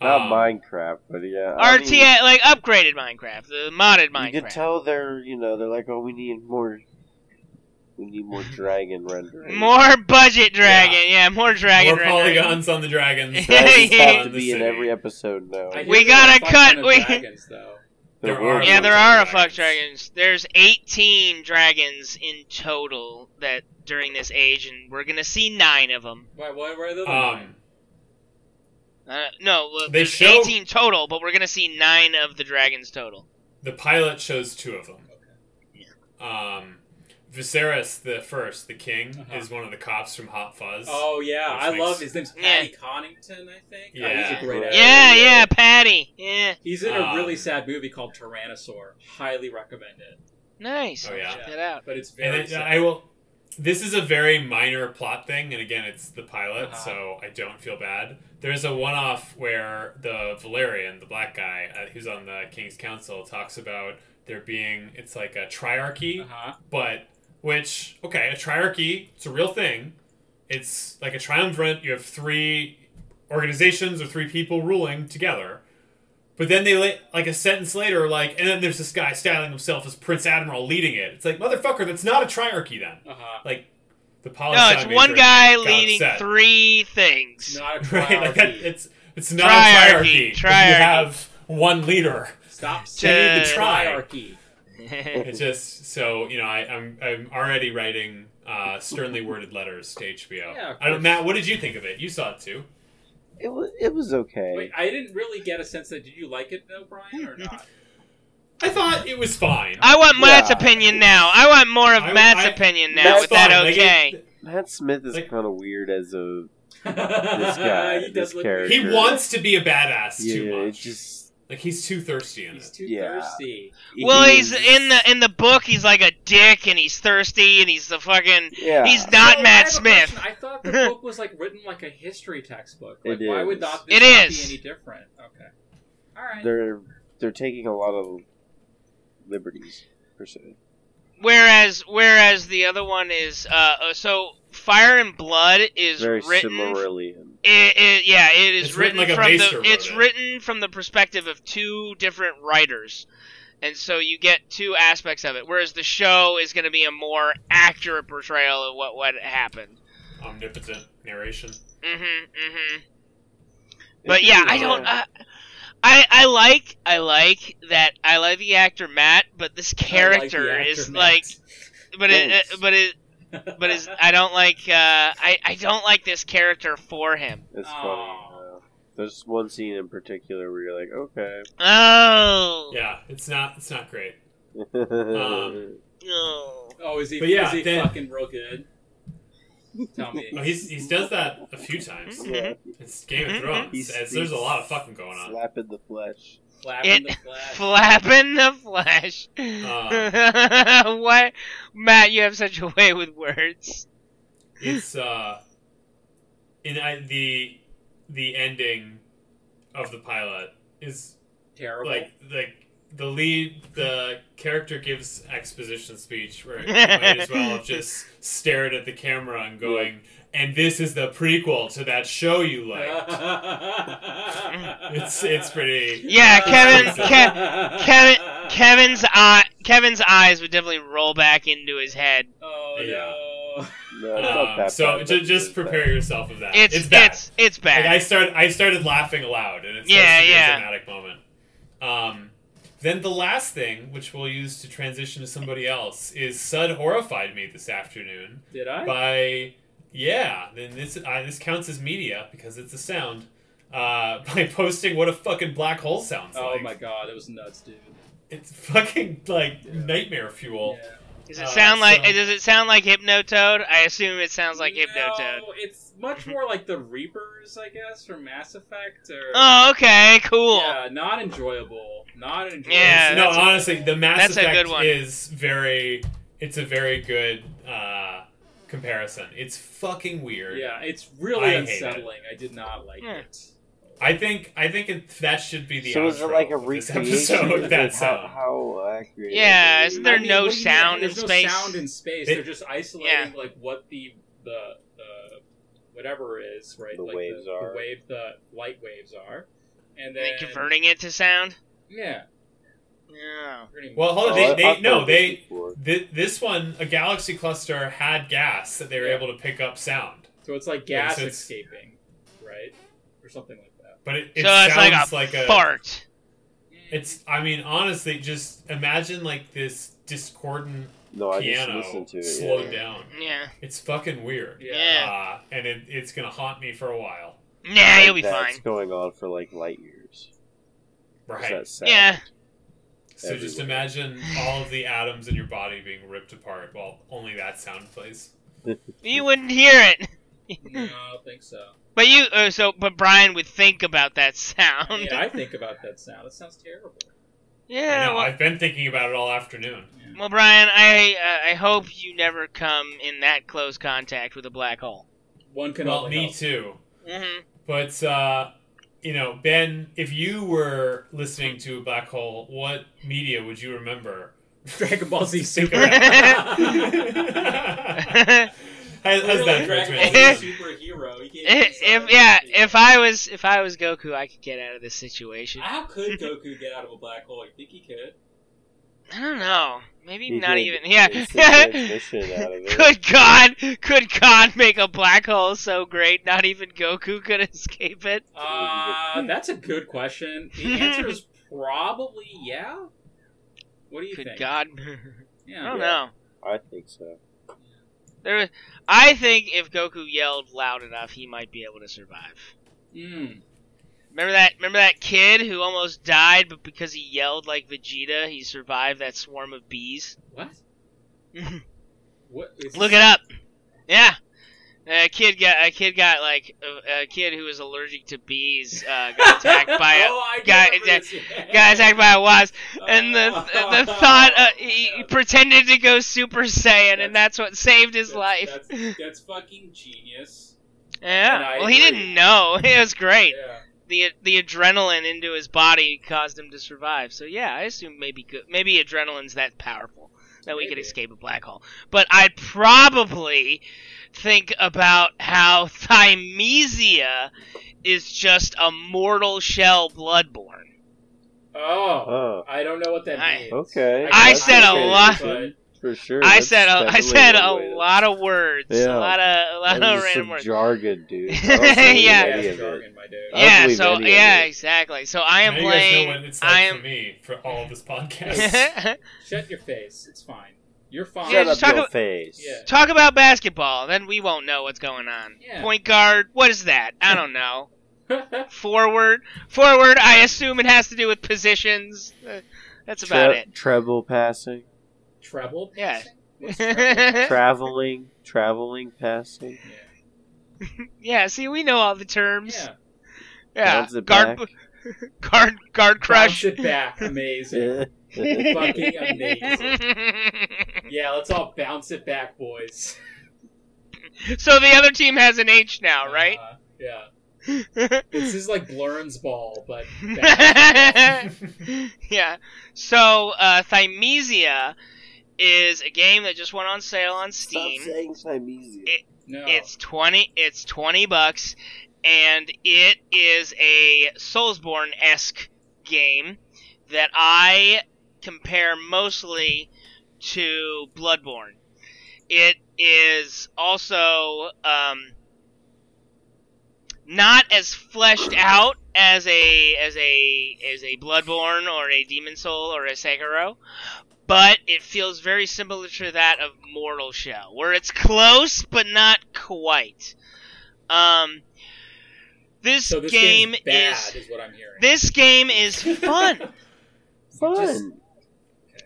D: not
A: Um,
D: Minecraft, but yeah, I mean,
B: RTA like upgraded Minecraft, the modded Minecraft.
D: You can tell they're you know they're like, oh, we need more, we need more dragon rendering.
B: More budget dragon, yeah, more dragon.
A: More
B: rendering.
A: polygons on the dragons.
D: Dragons have
A: polygons
D: to
A: on the
D: be in
A: city.
D: every episode now.
C: I
B: We
C: hear
B: gotta
C: there's a fuck ton
B: cut-
C: of
B: we-
C: Dragons, though.
D: There
A: There
D: were-
A: are-
B: Yeah, there
A: Dragons.
B: are a fuck dragons. There's 18 dragons in total that during this age, and we're gonna see nine of them.
C: Why? Why were the other
A: Um,
C: nine?
B: Uh, no, well,
A: They
B: there's
A: show-
B: 18 total, but we're gonna see nine of the dragons total.
A: the pilot shows two of them. Um, Viserys the first, the king,
C: Uh-huh.
A: is one of the cops from Hot Fuzz.
C: Oh yeah,
A: Which
C: I
A: makes-
C: love his name's
B: Yeah.
C: Patty Connington. I think. Oh, he's
A: Yeah.
C: a great
D: Yeah.
C: actor.
B: Yeah, yeah, Patty. Yeah,
C: He's in a
A: Um,
C: really sad movie called Tyrannosaur. Highly recommend it.
B: nice.
A: Oh, yeah.
B: Check that out.
C: But it's
A: and uh,
C: very
A: it,
C: sad.
A: I will. This is a very minor plot thing, and again, it's the pilot,
C: Uh-huh.
A: so I don't feel bad. There's a one-off where the Valerian, the black guy uh, who's on the King's Council, talks about there being it's like a triarchy,
C: uh-huh.
A: but which okay a triarchy it's a real thing it's like a triumvirate you have three organizations or three people ruling together but then they la- like a sentence later like and then there's this guy styling himself as prince admiral leading it it's like motherfucker that's not a triarchy then
C: Uh-huh.
A: like the poli
B: No,
A: sci
B: it's
A: major
B: one guy
A: got
B: leading
A: upset.
B: three things.
C: Not a
A: right like that,
C: triarchy.
A: it's it's not
B: Triarchy,
A: a triarchy,
B: triarchy.
A: you have one leader
C: Stop
A: need
C: saying
A: to
C: the
A: try.
C: triarchy.
A: It just so you know, I, I'm I'm already writing uh, sternly worded letters to HBO.
C: Yeah, of
A: I don't,
C: course.
A: Matt, what did you think of it? You saw it too.
D: It was it was okay.
C: Wait, I didn't really get a sense that. Did you like it though, Brian, or not?
A: I thought it was fine.
B: I want Matt's
D: Yeah.
B: opinion now. I want more of
A: I-
B: Matt's
A: I-
B: opinion now.
A: That's
B: With that,
A: fine. Like,
B: okay?
A: it-
D: Matt Smith is
A: Like-
D: kind of weird as a guy,
C: he does
D: this
C: look
D: character.
A: he wants to be a badass
D: yeah.
A: too
D: It
A: much.
D: just
A: Like he's too thirsty in
C: He's
A: it.
C: too
D: Yeah.
C: thirsty.
B: Well,
D: he
B: he's
D: is-
B: in the in the book. He's like a dick, and he's thirsty, and he's the fucking.
D: yeah.
B: He's not
C: Oh, I have
B: Matt
C: a
B: Smith.
C: question. I thought the book was like written like a history textbook. Like,
D: It
C: why would
D: is.
C: not
B: It
C: this not
B: is.
C: be any different? Okay. All right.
D: they're they're taking a lot of liberties per se.
B: Whereas whereas the other one is uh uh, so Fire and Blood is
D: Very
B: written.
D: similarly.
B: It, it, yeah, it is
A: It's written like a
B: from
A: Maester
B: the
A: wrote
B: it's
A: it.
B: written from the perspective of two different writers, and so you get two aspects of it. Whereas the show is going to be a more accurate portrayal of what what happened.
A: Omnipotent narration.
B: Mm-hmm. Mm-hmm. But yeah, I don't. Uh, I I like I like that I like the actor Matt, but this character
C: I like the
B: is
C: actor,
B: like, but it,
D: Thanks.
B: uh, but it
C: Matt.
B: but is I don't like uh I I don't like this character for him.
D: It's
C: Aw.
D: funny. Uh, there's one scene in particular where you're like, okay.
B: Oh.
A: Yeah, it's not it's not great.
B: Oh.
C: oh, is he?
A: But yeah,
C: is he
A: then-
C: fucking real good? Tell me.
A: Oh, he's he does that a few times.
D: Slap-
A: It's Game of
C: Mm-hmm.
B: Mhm.
A: Thrones.
D: He's-
A: It's- there's a lot of fucking going on.
D: Slap in the flesh.
C: Flapping the
B: It
C: flash.
B: flapping the flesh.
A: Uh.
B: what, Matt? You have such a way with words.
A: it's uh in I, the the ending of the pilot is
C: Terrible.
A: like like the lead the character gives exposition speech where you might as well have just stared at the camera and going and this is the prequel to that show you liked it's it's pretty
B: Yeah, Kevin, Ke- Kevin, Kevin's eye, Kevin's eyes would definitely roll back into his head.
C: Oh no.
D: No, it's not
A: um,
D: that
A: so
D: bad,
A: ju-
D: but
A: just
D: it's bad.
A: prepare yourself of that
B: It's it's
A: bad.
B: it's,
A: Like, I
B: bad.
A: start I started laughing aloud, and it's yeah,
B: Yeah,
A: to be
B: yeah.
A: a dramatic moment. Um, then the last thing, which we'll use to transition to somebody else, is Sud horrified me this afternoon
C: Did I?
A: by yeah. Then this uh, this counts as media because it's a sound. Uh, by posting what a fucking black hole sounds
C: oh
A: like.
C: my god, that was nuts, dude.
A: It's fucking like
C: Yeah.
A: nightmare fuel.
C: Yeah.
B: Does
A: uh,
B: it sound like
A: so-
B: does it sound like Hypnotoad? I assume it sounds like Hypnotoad.
C: No, it's much more like the Reapers, I guess, from Mass Effect. Or
B: Oh, okay, cool.
C: yeah, not enjoyable. Not enjoyable.
B: Yeah,
A: no,
B: that's a-
A: honestly, the Mass
B: that's a
A: Effect
B: good one.
A: is very. It's a very good uh, comparison. It's fucking weird.
C: Yeah, it's really
A: I hate it.
C: unsettling. I did not like
B: Yeah.
C: it.
A: I think I think it, that should be the.
D: So is it
A: outro
D: like a
A: of this
D: recreation?
A: episode? of That
D: Like, how,
A: sound.
D: how accurate?
B: Yeah,
D: is it?
B: isn't there
C: I mean,
B: no
C: what do you mean?
B: sound
C: There's
B: in
C: no
B: space?
C: sound in space.
A: They-
C: They're just isolating like what the the the whatever is right.
D: The
C: like
D: waves
C: the,
D: are.
C: the wave the light waves are, and
B: And
C: then
B: then converting it to sound.
C: yeah.
B: No.
C: converting-
A: Well, hold on.
D: Oh,
A: They,
D: I-
A: they,
D: I've
A: no,
D: heard this
A: they.
D: before.
A: Th- this one, a galaxy cluster had gas that they were
C: Yeah.
A: able to pick up sound,
C: so it's like gas
A: so it's-
C: escaping, right, or something like that.
A: but it, it
B: so it's like
A: sounds
B: a
A: like a,
B: fart.
A: It's. I mean, honestly, just imagine like this discordant
D: No, I just
A: piano
D: listened to it.
A: slowed
D: yeah.
A: down.
B: Yeah.
A: It's fucking weird.
B: Yeah.
A: Uh, and it, it's gonna haunt me for a while.
B: Nah,
D: Like
B: you'll be
D: that's
B: fine.
D: going on for like light years. Is
A: Right.
D: that sound?
B: Yeah.
A: So just
D: everywhere.
A: imagine all of the atoms in your body being ripped apart while only that sound plays.
B: You wouldn't hear it.
C: No, I don't think so.
B: But you, uh, so, but Brian would think about that sound.
C: Yeah, I think about that sound. It sounds terrible.
B: Yeah,
A: I know.
B: well,
A: I've been thinking about it all afternoon.
B: well, Brian, I, uh, I hope you never come in that close contact with a black hole.
C: One can
A: Well,
C: only
A: me
C: hope.
A: too.
B: Mm-hmm.
A: But uh, you know, Ben, if you were listening to a black hole, what media would you remember?
C: Dragon Ball Z
A: Think
C: Super.
A: about- How's how's that for a transition?
C: superhero. You
B: If, if yeah, if I was if I was Goku, I could get out of this situation.
C: how could Goku get out of a black hole? You think he could?
B: I don't know. Maybe
D: He
B: not
D: did.
B: even.
D: It's the
B: Yeah.
D: transmission out of it.
B: could God, could God make a black hole so great not even Goku could escape it?
C: Uh, that's a good question. The answer is probably yeah. What do you
B: Could
C: think?
B: God? I
C: Yeah.
B: don't
D: Yeah.
B: know.
D: I think so.
B: There, was- I think if Goku yelled loud enough, he might be able to survive.
C: Mm.
B: Remember that? Remember that kid who almost died, but because he yelled like Vegeta, he survived that swarm of bees.
C: What? What? Is
B: Look it up. Yeah, a kid got a kid got like a, a kid who was allergic to bees uh, got attacked by a
C: oh, I
B: guy-
C: remember
B: that-
C: this, yeah.
B: got attacked by a wasp, and the
C: Oh,
B: the thought uh,
C: yeah,
B: he he pretended to go Super Saiyan, and that's what saved his
C: that's-
B: life.
C: That's, that's fucking genius. and
B: Yeah.
C: I
B: Well, he
C: agree.
B: didn't know. It was great.
C: Yeah.
B: the the adrenaline into his body caused him to survive. So yeah, I assume maybe good, maybe adrenaline's that powerful that we could
C: Maybe.
B: escape a black hole. But I'd probably think about how Thymesia is just a mortal shell bloodborne.
C: Oh,
D: Oh,
C: I don't know what that
B: I-
C: means.
D: okay.
B: I
D: That's
B: said a
D: okay,
B: lot-
D: but for sure.
B: I
D: that's
B: said a, I
D: definitely
B: said
D: one
B: a
D: way to-
B: lot of words,
D: Yeah.
B: a lot of a lot
D: That
B: of
D: was just
B: random
D: some
B: words.
D: jargon, dude. I don't know
B: Yeah.
D: any
C: That's
D: of it.
C: jargon, my dude.
D: I don't
B: Yeah,
D: believe
B: so
D: any of
B: yeah,
D: it.
B: exactly. So I am
A: now you guys
B: playing.
A: know what it's
B: I
A: like
B: am.
A: for me for all of this podcast.
C: Shut your face. It's fine. You're fine.
B: Yeah,
D: Shut
B: just
D: up
B: talk
D: your
B: about-
D: face.
C: Yeah.
B: Talk about basketball, then we won't know what's going on.
C: Yeah.
B: Point guard, what is that? I don't know. Forward, forward. I assume it has to do with positions. Uh, that's about
D: Tre- Treble passing,
C: Treble?
B: Yeah.
C: What's treble?
B: it.
D: traveling, traveling passing.
C: Yeah.
B: yeah, see, we know all the terms.
C: Yeah.
B: Yeah,
D: Bounce it
B: guard,
D: back.
B: guard, guard
C: Crush
B: crush.
C: it back. Amazing.
D: Yeah.
C: Fucking yeah, let's all bounce it back, boys.
B: so the other team has an H now, right?
C: Uh, yeah. This is like Blurn's ball, but
B: yeah. So uh, Thymesia is a game that just went on sale on Steam.
D: Stop saying Simesia.
B: It-
C: no.
B: It's twenty. It's twenty bucks, and it is a Soulsborne esque game that I compare mostly to Bloodborne. It is also um, not as fleshed out as a as a as a Bloodborne or a Demon Soul or a Sekiro, but it feels very similar to that of Mortal Shell, where it's close but not quite. Um, this,
C: so this
B: game
C: game's bad,
B: is
C: is what I'm hearing.
B: this game is fun.
D: Fun.
C: Just-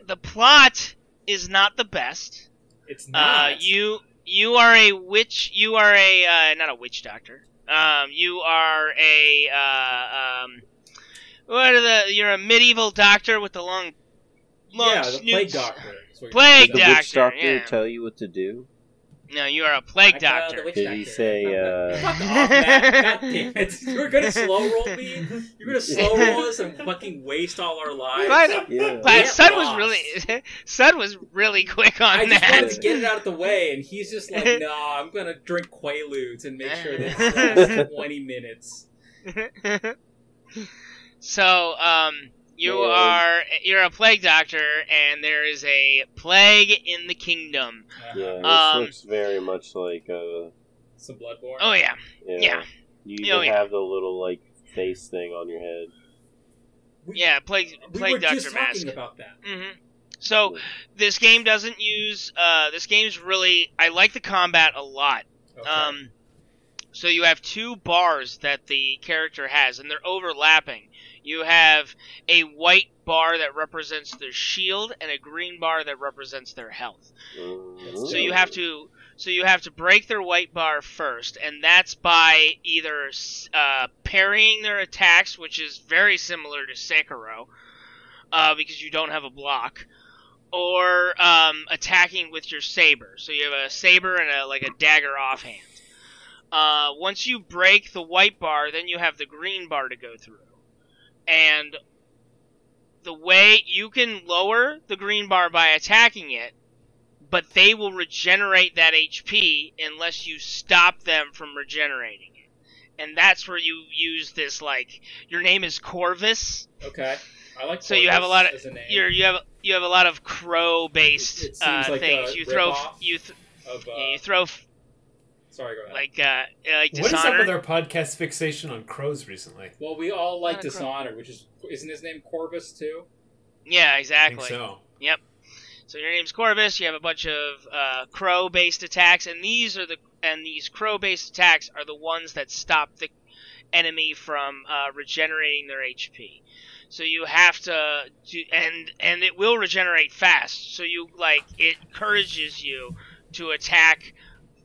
B: the plot is not the best.
C: It's
B: Uh,
C: not.
B: you you are a witch. You are a uh, not a witch doctor. Um, you are a uh, um, what are the? You're a medieval doctor with the long, long
C: yeah, the plague
B: snoots.
C: doctor. is what you're-
B: Plague
D: Did the witch
B: doctor,
D: doctor
B: yeah.
D: tell you what to do?
B: No, you are a plague
C: I call
B: doctor.
C: the witch
D: Did he
C: doctor.
D: say, uh,
C: Fuck off, Matt. God damn it. You're gonna slow roll me. You're gonna slow roll us and fucking waste all our lives.
B: But-
D: Yeah.
B: but
C: Yeah,
B: Sun was
C: boss.
B: really Sun was really quick on
C: I just
B: that.
C: wanted to get it out of the way, and he's just like, "No, I'm gonna drink quaaludes and make sure that it lasts 20 minutes."
B: so, um, you
D: Yeah.
B: are you're a plague doctor, and there is a plague in the kingdom.
D: Yeah, this
B: Um,
D: looks very much like uh,
C: Uh-huh. Some bloodborne.
B: Oh yeah,
D: yeah.
B: yeah.
D: You
B: Yeah,
D: even
B: yeah.
D: have the little like face thing on your head.
B: yeah, plague
C: we
B: plague
C: were
B: doctor
C: just
B: mask.
C: talking about that.
B: hmm So this game doesn't use. Uh, this game's really. I like the combat a lot.
C: Okay.
B: Um, so you have two bars that the character has, and they're overlapping. You have a white bar that represents their shield, and a green bar that represents their health.
D: Mhm.
B: So you have to, so you have to break their white bar first, and that's by either uh, parrying their attacks, which is very similar to Sekiro, uh, because you don't have a block, or um, attacking with your saber. So you have a saber and a like a dagger offhand. Uh, once you break the white bar, then you have the green bar to go through, and the way you can lower the green bar by attacking it but they will regenerate that HP unless you stop them from regenerating it. And that's where you use this like your name is Corvus.
C: okay. I like.
B: so you have a lot of-
C: Corvus as a name
B: You're, you have you have a lot of crow based
C: It- it
B: uh,
C: seems like
B: things.
C: a
B: you throw
C: ripoff.
B: you th-
C: of, uh,
B: you throw f-
C: sorry, go ahead.
B: like uh, like
A: What is up
B: dishonor.
A: with our podcast fixation on crows recently?
C: well, we all like
B: Not a cro-
C: Dishonored, which is isn't his name Corvus too?
B: yeah,
A: I think
B: exactly.
A: so.
B: So your name's Corvus. You have a bunch of uh, crow-based attacks, and these are the and these crow-based attacks are the ones that stop the enemy from uh, regenerating their HP. So you have to do, and and it will regenerate fast. So you like it encourages you to attack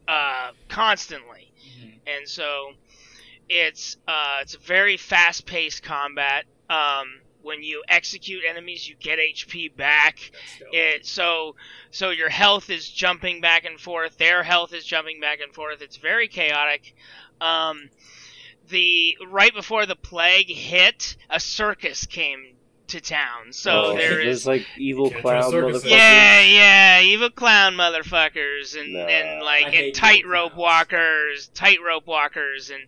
B: uh, constantly
C: Mm-hmm.
B: and so it's uh, it's very fast paced combat. Um, when you execute enemies, you get HP back.
C: That's dope.
B: It so so your health is jumping back and forth. Their health is jumping back and forth. It's very chaotic. Um, the right before the plague hit, a circus came to town. So
D: Oh,
B: there
D: there's
B: is
D: like evil
A: Can't trust
D: clown
A: circuses.
D: motherfuckers.
B: yeah, yeah, evil clown motherfuckers and,
D: Nah.
B: and
C: I
B: like and
C: hate
B: tightrope
C: evil clowns.
B: walkers, tightrope walkers and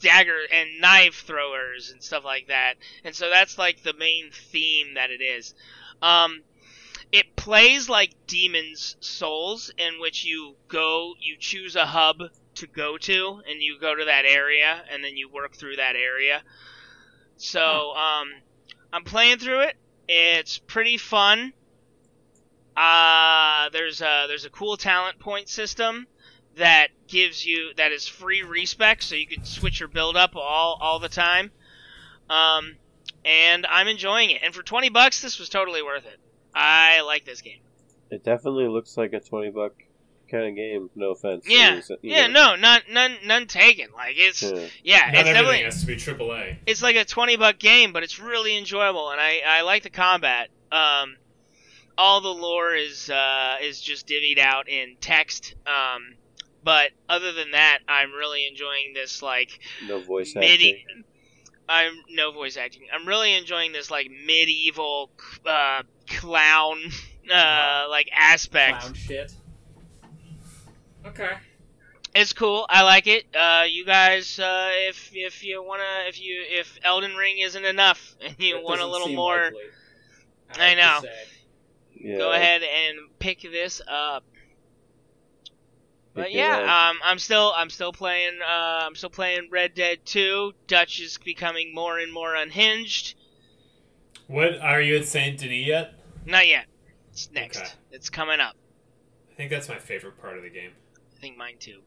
B: dagger and knife throwers and stuff like that. And so that's like the main theme that it is. Um it plays like Demon's Souls in which you go you choose a hub to go to and you go to that area and then you work through that area. So, um I'm playing through it. It's pretty fun. Uh, there's a there's a cool talent point system that gives you that is free respec, so you can switch your build up all all the time. Um, and I'm enjoying it. And for twenty bucks, this was totally worth it. I like this game.
D: It definitely looks like a twenty buck kind of game. No offense.
B: Yeah,
D: It's, you
B: Yeah, no,
D: know,
B: none none none taken. Like it's yeah,
D: yeah.
A: Not
B: it's
A: everything
B: definitely
A: has to be AAA.
B: it's like a 20 buck game but it's really enjoyable and i, I like the combat um, all the lore is uh, is just divvied out in text um, But other than that, I'm really enjoying this like
D: No voice
B: medi-
D: acting.
B: I'm no voice acting. I'm really enjoying this like medieval uh, clown uh,
C: Wow.
B: like aspect.
C: Clown shit. Okay.
B: It's cool. I like it. Uh, you guys, uh, if if you wanna, if you if Elden Ring isn't enough and you
C: That
B: want a
C: doesn't
B: little
C: seem
B: more,
C: likely, have
B: I
C: to
B: know.
C: say.
D: Yeah,
B: go ahead and pick this up. But
D: pick it
B: yeah,
D: up.
B: um, I'm still I'm still playing uh, I'm still playing Red Dead 2. Dutch is becoming more and more unhinged.
A: What are you at Saint Denis yet?
B: Not yet. It's next.
A: Okay.
B: It's coming up.
A: I think that's my favorite part of the game.
B: I think mine too.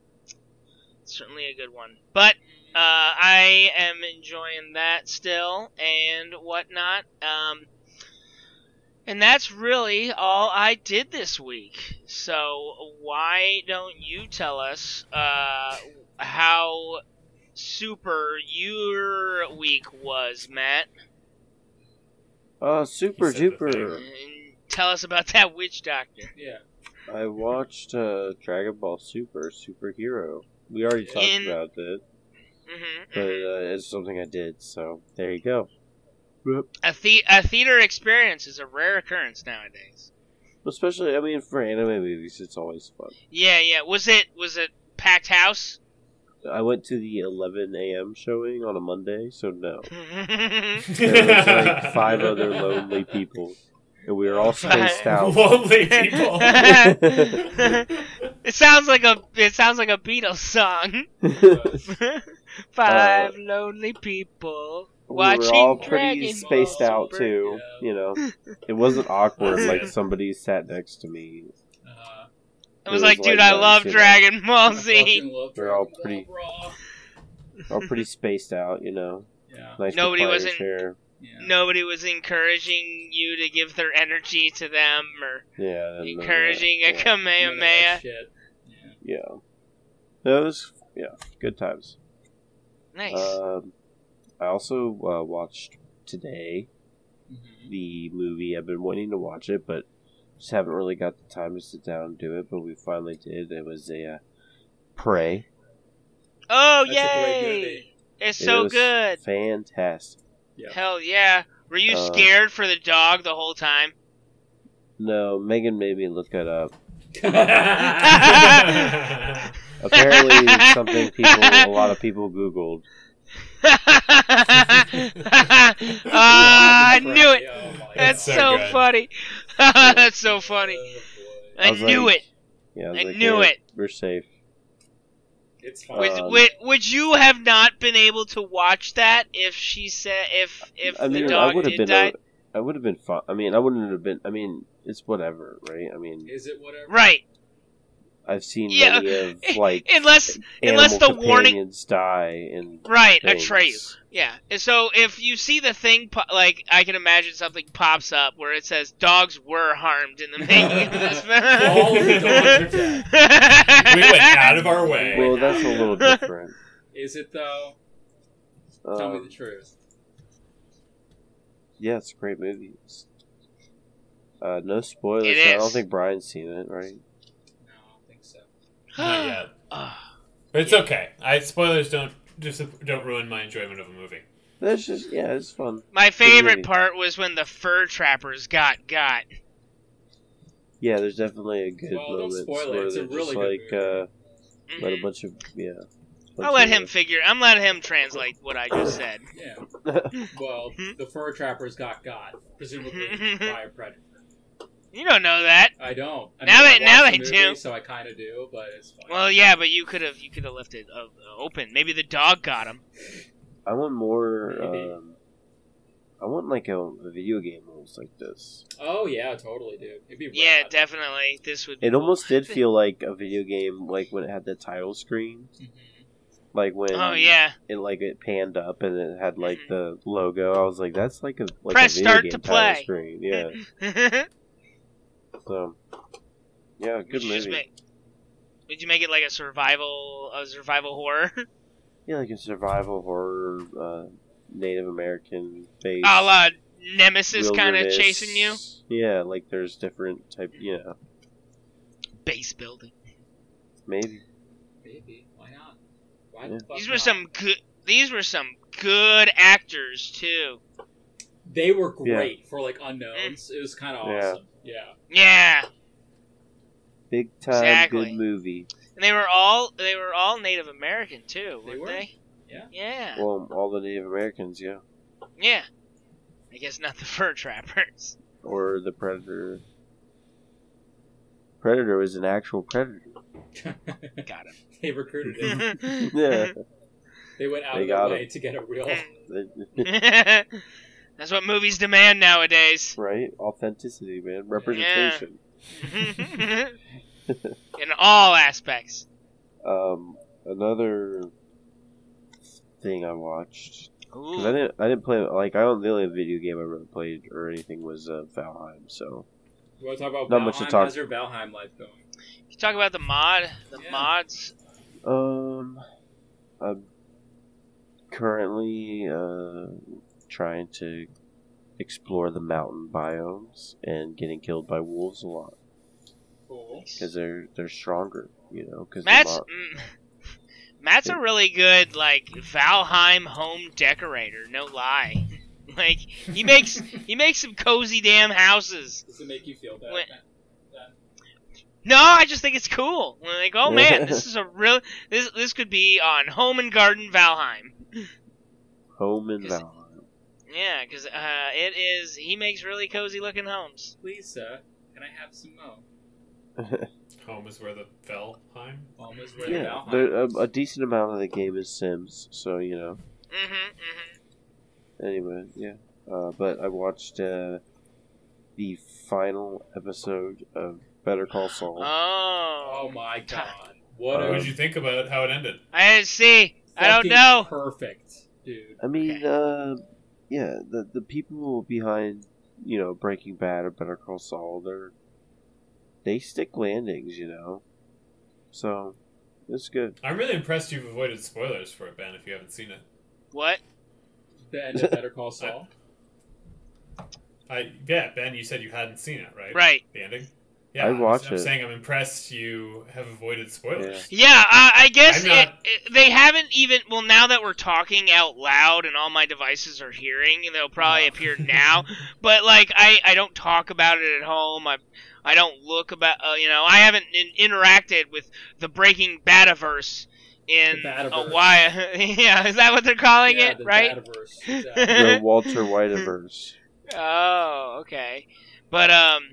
B: Certainly a good one. But uh, I am enjoying that still and whatnot. Um, and that's really all I did this week. So why don't you tell us uh, how super your week was, Matt?
D: Uh, super
A: He said the
D: duper.
A: thing.
B: And tell us about that witch doctor.
C: Yeah.
D: I watched uh, Dragon Ball Super Superhero. We already talked
B: In-
D: about it,
B: Mm-hmm,
D: but uh, it's something I did. So there you go.
B: A, the- a theater experience is a rare occurrence nowadays.
D: Especially, I mean, for anime movies, it's always fun.
B: Yeah, yeah. Was it was it packed house?
D: I went to the 11 a.m. showing on a Monday, so no.
B: yeah,
D: There was like five other lonely people, and we were all spaced out.
A: Lonely people.
B: it sounds like a it sounds like a Beatles song. Five lonely people
D: Uh, we
B: watching
D: were all
B: Dragon
D: pretty
B: Ball
D: spaced out
B: Super.
D: too.
C: yeah.
D: You know, it wasn't awkward
A: That's
D: like
A: it.
D: somebody sat next to me.
C: Uh,
B: It
D: It
B: was
D: was
B: like, dude,
D: like
B: I
D: that,
B: love
D: you know.
B: Dragon Ball
C: I
B: Z.
C: fucking love
D: They're all
C: Dragon Ball,
D: All pretty spaced out. You know,
C: bro. Yeah.
D: nice.
B: Nobody was
D: recliners
B: in-
D: here.
C: Yeah.
B: Nobody was encouraging you to give their energy to them or
D: Yeah, I didn't know that.
B: encouraging a
D: Yeah.
C: None of that
B: Kamehameha.
C: Shit. Yeah.
D: Yeah, that was yeah, good times.
B: Nice.
D: Um, I also uh, watched today
C: Mhm.
D: the movie. I've been wanting to watch it, but just haven't really got the time to sit down and do it. But we finally did. It was a uh, Prey.
B: oh,
C: That's a great
B: yay!
C: movie.
B: It's
D: It
B: so
D: was
B: good.
D: Fantastic.
C: Yeah.
B: Hell yeah. Were you
D: Uh,
B: scared for the dog the whole time?
D: No, Megan made me look it up.
A: That's
D: Apparently, something people, a lot of people Googled.
B: Ah, I knew it.
C: Oh my
B: That's
A: so
B: so,
C: God.
A: good.
B: funny. That's so funny.
C: Oh, boy.
B: I,
D: was
B: knew
D: like,
B: it.
D: Yeah, was
B: I
D: like,
B: knew
D: "Yeah,
B: it.
D: We're safe.
C: It's fine.
B: Would,
D: um,
B: would, would you have not been able to watch that if she said if if
D: I mean,
B: the
D: I
B: dog
D: would have
B: did
D: been.
B: die?
D: o- I would have been fine. I mean, I wouldn't have been. I mean, it's whatever, right? I mean,
C: Is it whatever?
B: Right.
D: I've seen
B: Yeah.
D: many of like
B: Unless
D: animal
B: unless the warning-
D: companions die and
B: right,
D: things.
B: Atreyu. Yeah. And so if you see the thing po- like I can imagine something pops up where it says dogs were harmed in the making of this
C: All the dogs are dead.
A: we went out of our way.
D: Well, that's a little different.
C: Is it though? Tell me
D: Um,
C: the truth.
D: yeah, it's a great movie. It's- Uh, no spoilers.
B: It
D: so I don't
B: is.
D: think Brian's seen it, right?
C: No, I don't think so.
A: Not yet.
B: Ah.
A: But it's okay. I spoilers don't just don't ruin my enjoyment of a movie.
D: That's just yeah, it's fun.
B: My
D: movie.
B: favorite part was when the fur trappers got got.
D: Yeah, there's definitely a good
C: Well, don't
D: moment
C: spoil it.
D: where
C: It's a
D: they're
C: really
D: just
C: good
D: like
C: movie.
D: uh, let a bunch of yeah. bunch
B: Mm. I'll let
D: of-
B: him figure. I'm letting him translate what I just said.
C: Yeah. Well,
B: Mm-hmm.
C: the fur trappers got got, presumably by a predator.
B: You don't know that.
C: I don't. I
B: Now
C: mean,
B: they- now
C: I watched
B: they
C: the
B: do.
C: movie, So I kind of do, but it's fine.
B: Well, yeah, but you could have you could have left it uh, open. Maybe the dog got him.
D: I want more.
C: Maybe.
D: Um, I want like a, a video game almost like this.
C: oh yeah, totally, dude. It'd be
B: Yeah,
C: rad.
B: definitely. This would. Be
D: It
B: cool.
D: almost did feel like a video game, like when it had the title screen,
C: Mhm.
D: like when
B: Oh yeah.
D: it like it panned up and it had like the logo. I was like, that's like a like
B: Press
D: a video
B: start
D: game
B: to
D: title
B: play.
D: screen. Yeah.
B: Would
D: So yeah, good
B: you just
D: movie.
B: make- Would you make it like a survival a survival horror?
D: Yeah, like a survival horror, uh, Native American based.
B: a la Nemesis kind of
D: wilderness.
B: chasing you.
D: Yeah, like there's different type. Yeah,
B: Base building.
D: maybe.
C: Maybe. Why not? Why
D: Yeah.
C: the fuck
B: These were
C: not?
B: some good. These were some good actors too.
C: They were great for like unknowns.
B: Eh.
C: It was kind of
D: Yeah.
C: awesome. Yeah.
B: Yeah,
D: Big time,
B: Exactly.
D: good movie.
B: and they were all they were all Native American too,
C: They
B: weren't
C: were?
B: they?
C: Yeah.
B: Yeah.
D: Well, all the Native Americans, yeah,
B: Yeah. I guess not the fur trappers.
D: or the Predator. Predator was an actual predator.
B: Got him.
C: They recruited him.
B: yeah.
D: Yeah,
C: They went out
D: They
C: of their
D: got
C: way to get a real.
B: Eh. Mm-hmm. That's what movies demand nowadays.
D: right? Authenticity, man. Representation.
B: In all aspects.
D: Um, another thing I watched because I
B: Ooh.
D: didn't, I didn't play like I don't. The only video game I really played or anything was uh, Valheim. So
C: You want to talk about
D: Not
C: Valheim?
D: much to talk.
C: How's your Valheim life going?
B: You talk about the mod, the
C: Yeah.
B: mods.
D: Um, I'm currently uh, trying to explore the mountain biomes and getting killed by wolves a lot
C: Cool.
D: because they're they're stronger, you know. Because
B: Matt's mm, Matt's a really good like Valheim home decorator. No lie. Like he makes he makes some cozy damn houses.
C: Does it make you feel bad?
B: Wait. No, I just think it's cool. We're like, oh man, this is a real this this could be on Home and Garden Valheim.
D: home in
B: 'cause-
D: Valheim.
B: Yeah, because uh, it is. He makes really cozy looking homes.
C: Please, sir, can I have some mo?
A: Home is where the Valheim.
C: Almost where the
D: Yeah, uh,
C: Valheim.
D: there, a, a decent amount of the game is Sims, so you know.
B: Mm-hmm. mm-hmm.
D: Anyway, yeah. Uh, but I watched uh, the final episode of Better Call Saul.
C: Oh
B: Oh,
C: my god! What
A: What
C: a
D: Uh,
A: did you think about how it ended?
B: I didn't see. I don't
C: fucking
B: know.
C: Perfect, dude.
D: I mean, uh, yeah, the the people behind you know Breaking Bad or Better Call Saul, they're they stick landings, you know. So it's good.
A: I'm really impressed you've avoided spoilers for it, Ben. If you haven't seen it,
B: What?
C: The end of Better Call Saul.
A: I yeah, Ben, you said you hadn't seen it, right?
B: Right.
A: The ending. Yeah,
D: I
A: I'm-
D: watched
A: I'm
D: it.
A: saying I'm impressed you have avoided spoilers.
B: Yeah, uh, I guess
A: I'm not-
B: it, it- they haven't even. Well, now that we're talking out loud and all my devices are hearing, and they'll probably
A: Oh.
B: appear now. But like, I, I don't talk about it at home. I I don't look about. Uh, you know, I haven't in- interacted with the Breaking Badaverse in
C: The
B: a
C: Badaverse.
B: while. yeah, is that what they're calling
C: yeah,
B: it?
C: the
B: Right.
C: Badaverse, exactly.
D: The Walter Whiteverse.
B: Oh, okay. But um,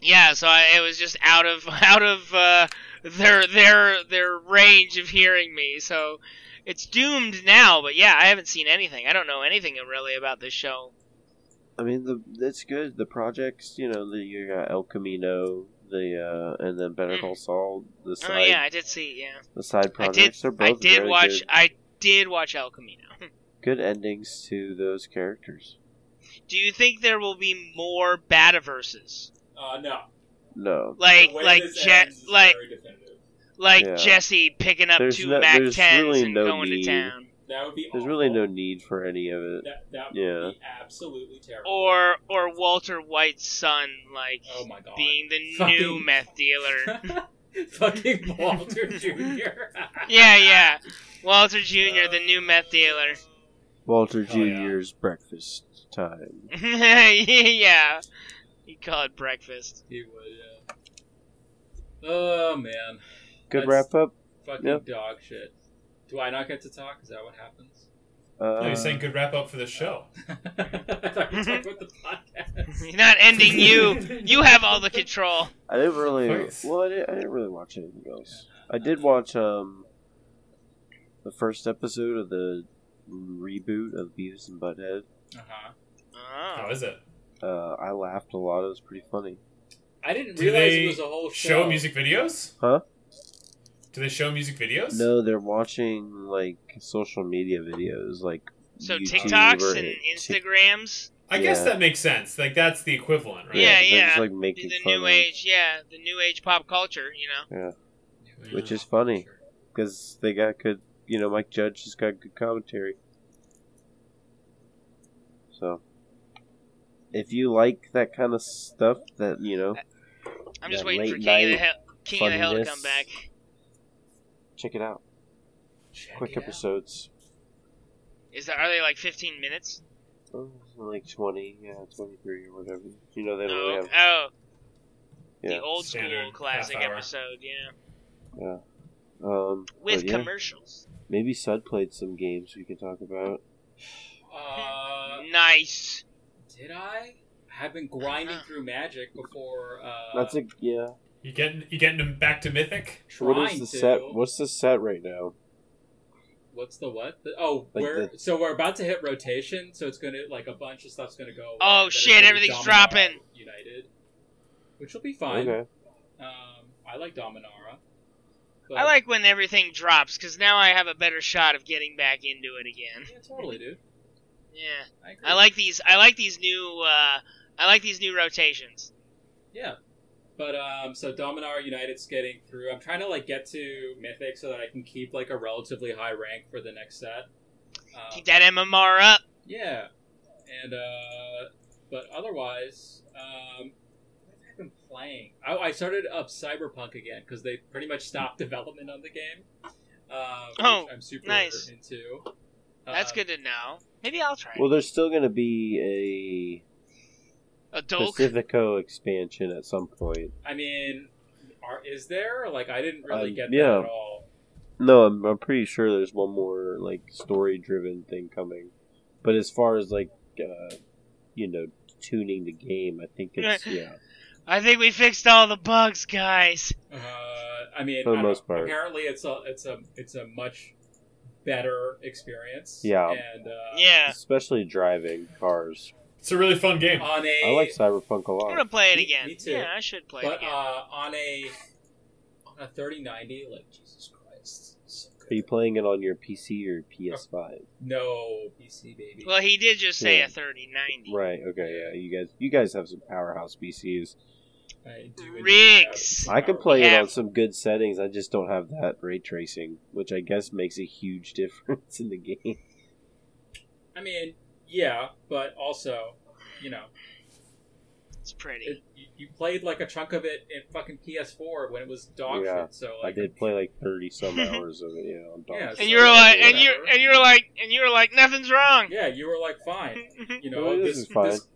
B: yeah. So I, it was just out of out of uh, their their their range of hearing me. So it's doomed now. But yeah, I haven't seen anything. I don't know anything really about this show. Oh,
D: I mean, the that's good. The projects, you know, the you got El Camino, the uh, and then Better Call Saul. The side,
B: Hmm. Oh yeah, I did see. Yeah,
D: the
B: I
D: side projects
B: did.
D: are both
B: I did
D: very
B: watch.
D: good,
B: I did watch El Camino.
D: good endings to those characters.
B: Do you think there will be more Bataverses?
C: Uh, no.
D: No,
B: Like
C: The way
B: like
C: this
B: Je-
C: ends is
B: like
C: very definitive.
B: like
D: Yeah.
B: Jesse picking up
D: There's
B: two
D: no-
B: Mac
D: there's
B: tens
D: really
B: and
D: no
B: going
D: need.
B: to town.
C: That would be.
D: there's really
C: awful.
D: no need for any of it.
C: That, that would
D: Yeah.
C: be absolutely terrible.
B: or or Walter White's son, like
C: Oh my god.
B: being the
C: Fucking-
B: new meth dealer.
C: Fucking Walter Jr.
B: yeah, yeah, Walter Jr., the new meth dealer.
D: Walter
A: Hell yeah.
D: Jr.'s breakfast time.
B: yeah, you call it breakfast.
C: he would. Yeah. Oh man,
D: Good
C: That's-
D: wrap up.
C: fucking
D: Yep.
C: dog shit. Do I not get to talk? Is that what happens?
D: Uh,
A: no, you're saying good wrap up for the show.
C: I thought we were talking about the podcast.
B: He's not ending you. You have all the control.
D: I didn't really.
A: Thanks.
D: Well, I didn't, I didn't really watch anything else. I did watch um the first episode of the reboot of Beavis and Butthead.
C: Uh-huh.
A: How
B: Oh.
A: is it?
D: Uh, I laughed a lot. It was pretty funny.
C: I didn't
A: Do
C: realize
A: they
C: it was a whole show.
A: Show music videos?
D: Huh?
A: Do they show music videos?
D: No, they're watching like social media videos, like
B: So
D: YouTube
B: TikToks
D: or
B: and
D: Tik-
B: Instagrams,
A: I guess
D: Yeah.
A: that makes sense. Like that's the equivalent, right?
B: Yeah,
D: they're just
B: yeah.
D: like making
B: the
D: fun
B: new
D: of-
B: age, yeah, the new age pop culture. You know,
D: which is funny because they got good. You know, Mike Judge has got good commentary. So, if you like that kind of stuff, that you know,
B: I'm just
D: That
B: waiting for
D: late
B: Uh, King of the
D: night
B: Hill, King of the Hill to
D: funniness.
B: come back.
D: Check it out.
C: Check
D: Quick
C: it out.
D: episodes.
B: Is that are they like 15 minutes?
D: Oh, like 20, yeah, 23 or whatever. You know, they don't really
B: Oh,
D: have.
B: oh,
D: Yeah.
B: the old
A: Standard
B: school classic
A: half hour.
B: episode, yeah,
D: Um,
B: with
D: but yeah,
B: commercials.
D: Maybe Sud played some games we can talk about.
C: Uh,
B: Nice.
C: did I? I've been grinding
B: Uh-huh.
C: through magic before. Uh,
D: That's a. Yeah.
A: You getting you getting them back to mythic?
C: trying
D: What is the
C: to.
D: set? What's the set right now?
C: What's the what? The- oh,
D: Like
C: we're
D: the-
C: so we're about to hit rotation, so it's gonna like a bunch of stuff's gonna go. away,
B: Oh,
C: and then it's
B: shit,
C: gonna be
B: everything's
C: Dominar
B: dropping.
C: United, which will be fine.
D: Okay.
C: Um, I like Dominara. But,
B: I like when everything drops because now I have a better shot of getting back into it again.
C: Yeah, totally, dude.
B: Yeah,
C: I, agree.
B: I like these. I like these new. Uh, I like these new rotations.
C: Yeah. But um, so Dominar United's getting through. I'm trying to like get to Mythic so that I can keep like a relatively high rank for the next set. Um,
B: Keep that MMR up.
C: yeah. And uh, but otherwise, um, what have I been playing? Oh, I, I started up Cyberpunk again because they pretty much stopped development on the game. Um, which
B: Oh,
C: I'm super
B: nice.
C: into.
B: That's
C: Um,
B: good to know. Maybe I'll try.
D: Well, there's still going to be
B: a
D: a
B: Adult.
D: Pacifico expansion at some point.
C: Um, I mean, are, is there? Like, I didn't really
D: Um,
C: get
D: yeah.
C: that at all.
D: No, I'm, I'm pretty sure there's one more like story-driven thing coming. But as far as like, uh, you know, tuning the game, I think it's yeah.
B: I think we fixed all the bugs, guys.
C: Uh, I mean,
D: For the
C: I don't
D: most
C: know.
D: part.
C: apparently it's a it's a it's a much better experience.
D: Yeah.
C: and uh,
B: Yeah,
D: especially driving cars.
A: It's a really fun
B: Oh,
A: game.
C: on
D: I
C: a
D: like Cyberpunk a
B: I'm gonna
D: lot.
B: play it
C: Me-
B: again.
C: me too.
B: Yeah, I should play it
C: but
B: again.
C: uh, on a on a thirty ninety, like Jesus Christ, so good.
D: Are you playing it on your PC or PS5?
C: no PC baby.
B: well, he did just say
D: yeah.
B: a 3090.
D: Right. Okay. Yeah. You guys, you guys have some powerhouse PCs.
C: I do indeed
B: Riggs.
C: have-
D: I could play it
B: Yeah.
D: on some good settings. I just don't have that ray tracing, which I guess makes a huge difference in the game.
C: I mean, yeah, but also, you know,
B: It's pretty.
C: it, you, you played like a chunk of it in fucking PS4 when it was dog
D: Yeah,
C: shit. So
D: I
C: like,
D: did play like thirty some hours of it. You know, on Dog
C: Yeah,
B: and
D: Shit.
C: so
B: you were like,
C: whatever.
B: and you and you were like, and you were like, nothing's wrong.
C: yeah, you were like, fine. you know,
D: Well, this
C: this,
D: is fine.
C: this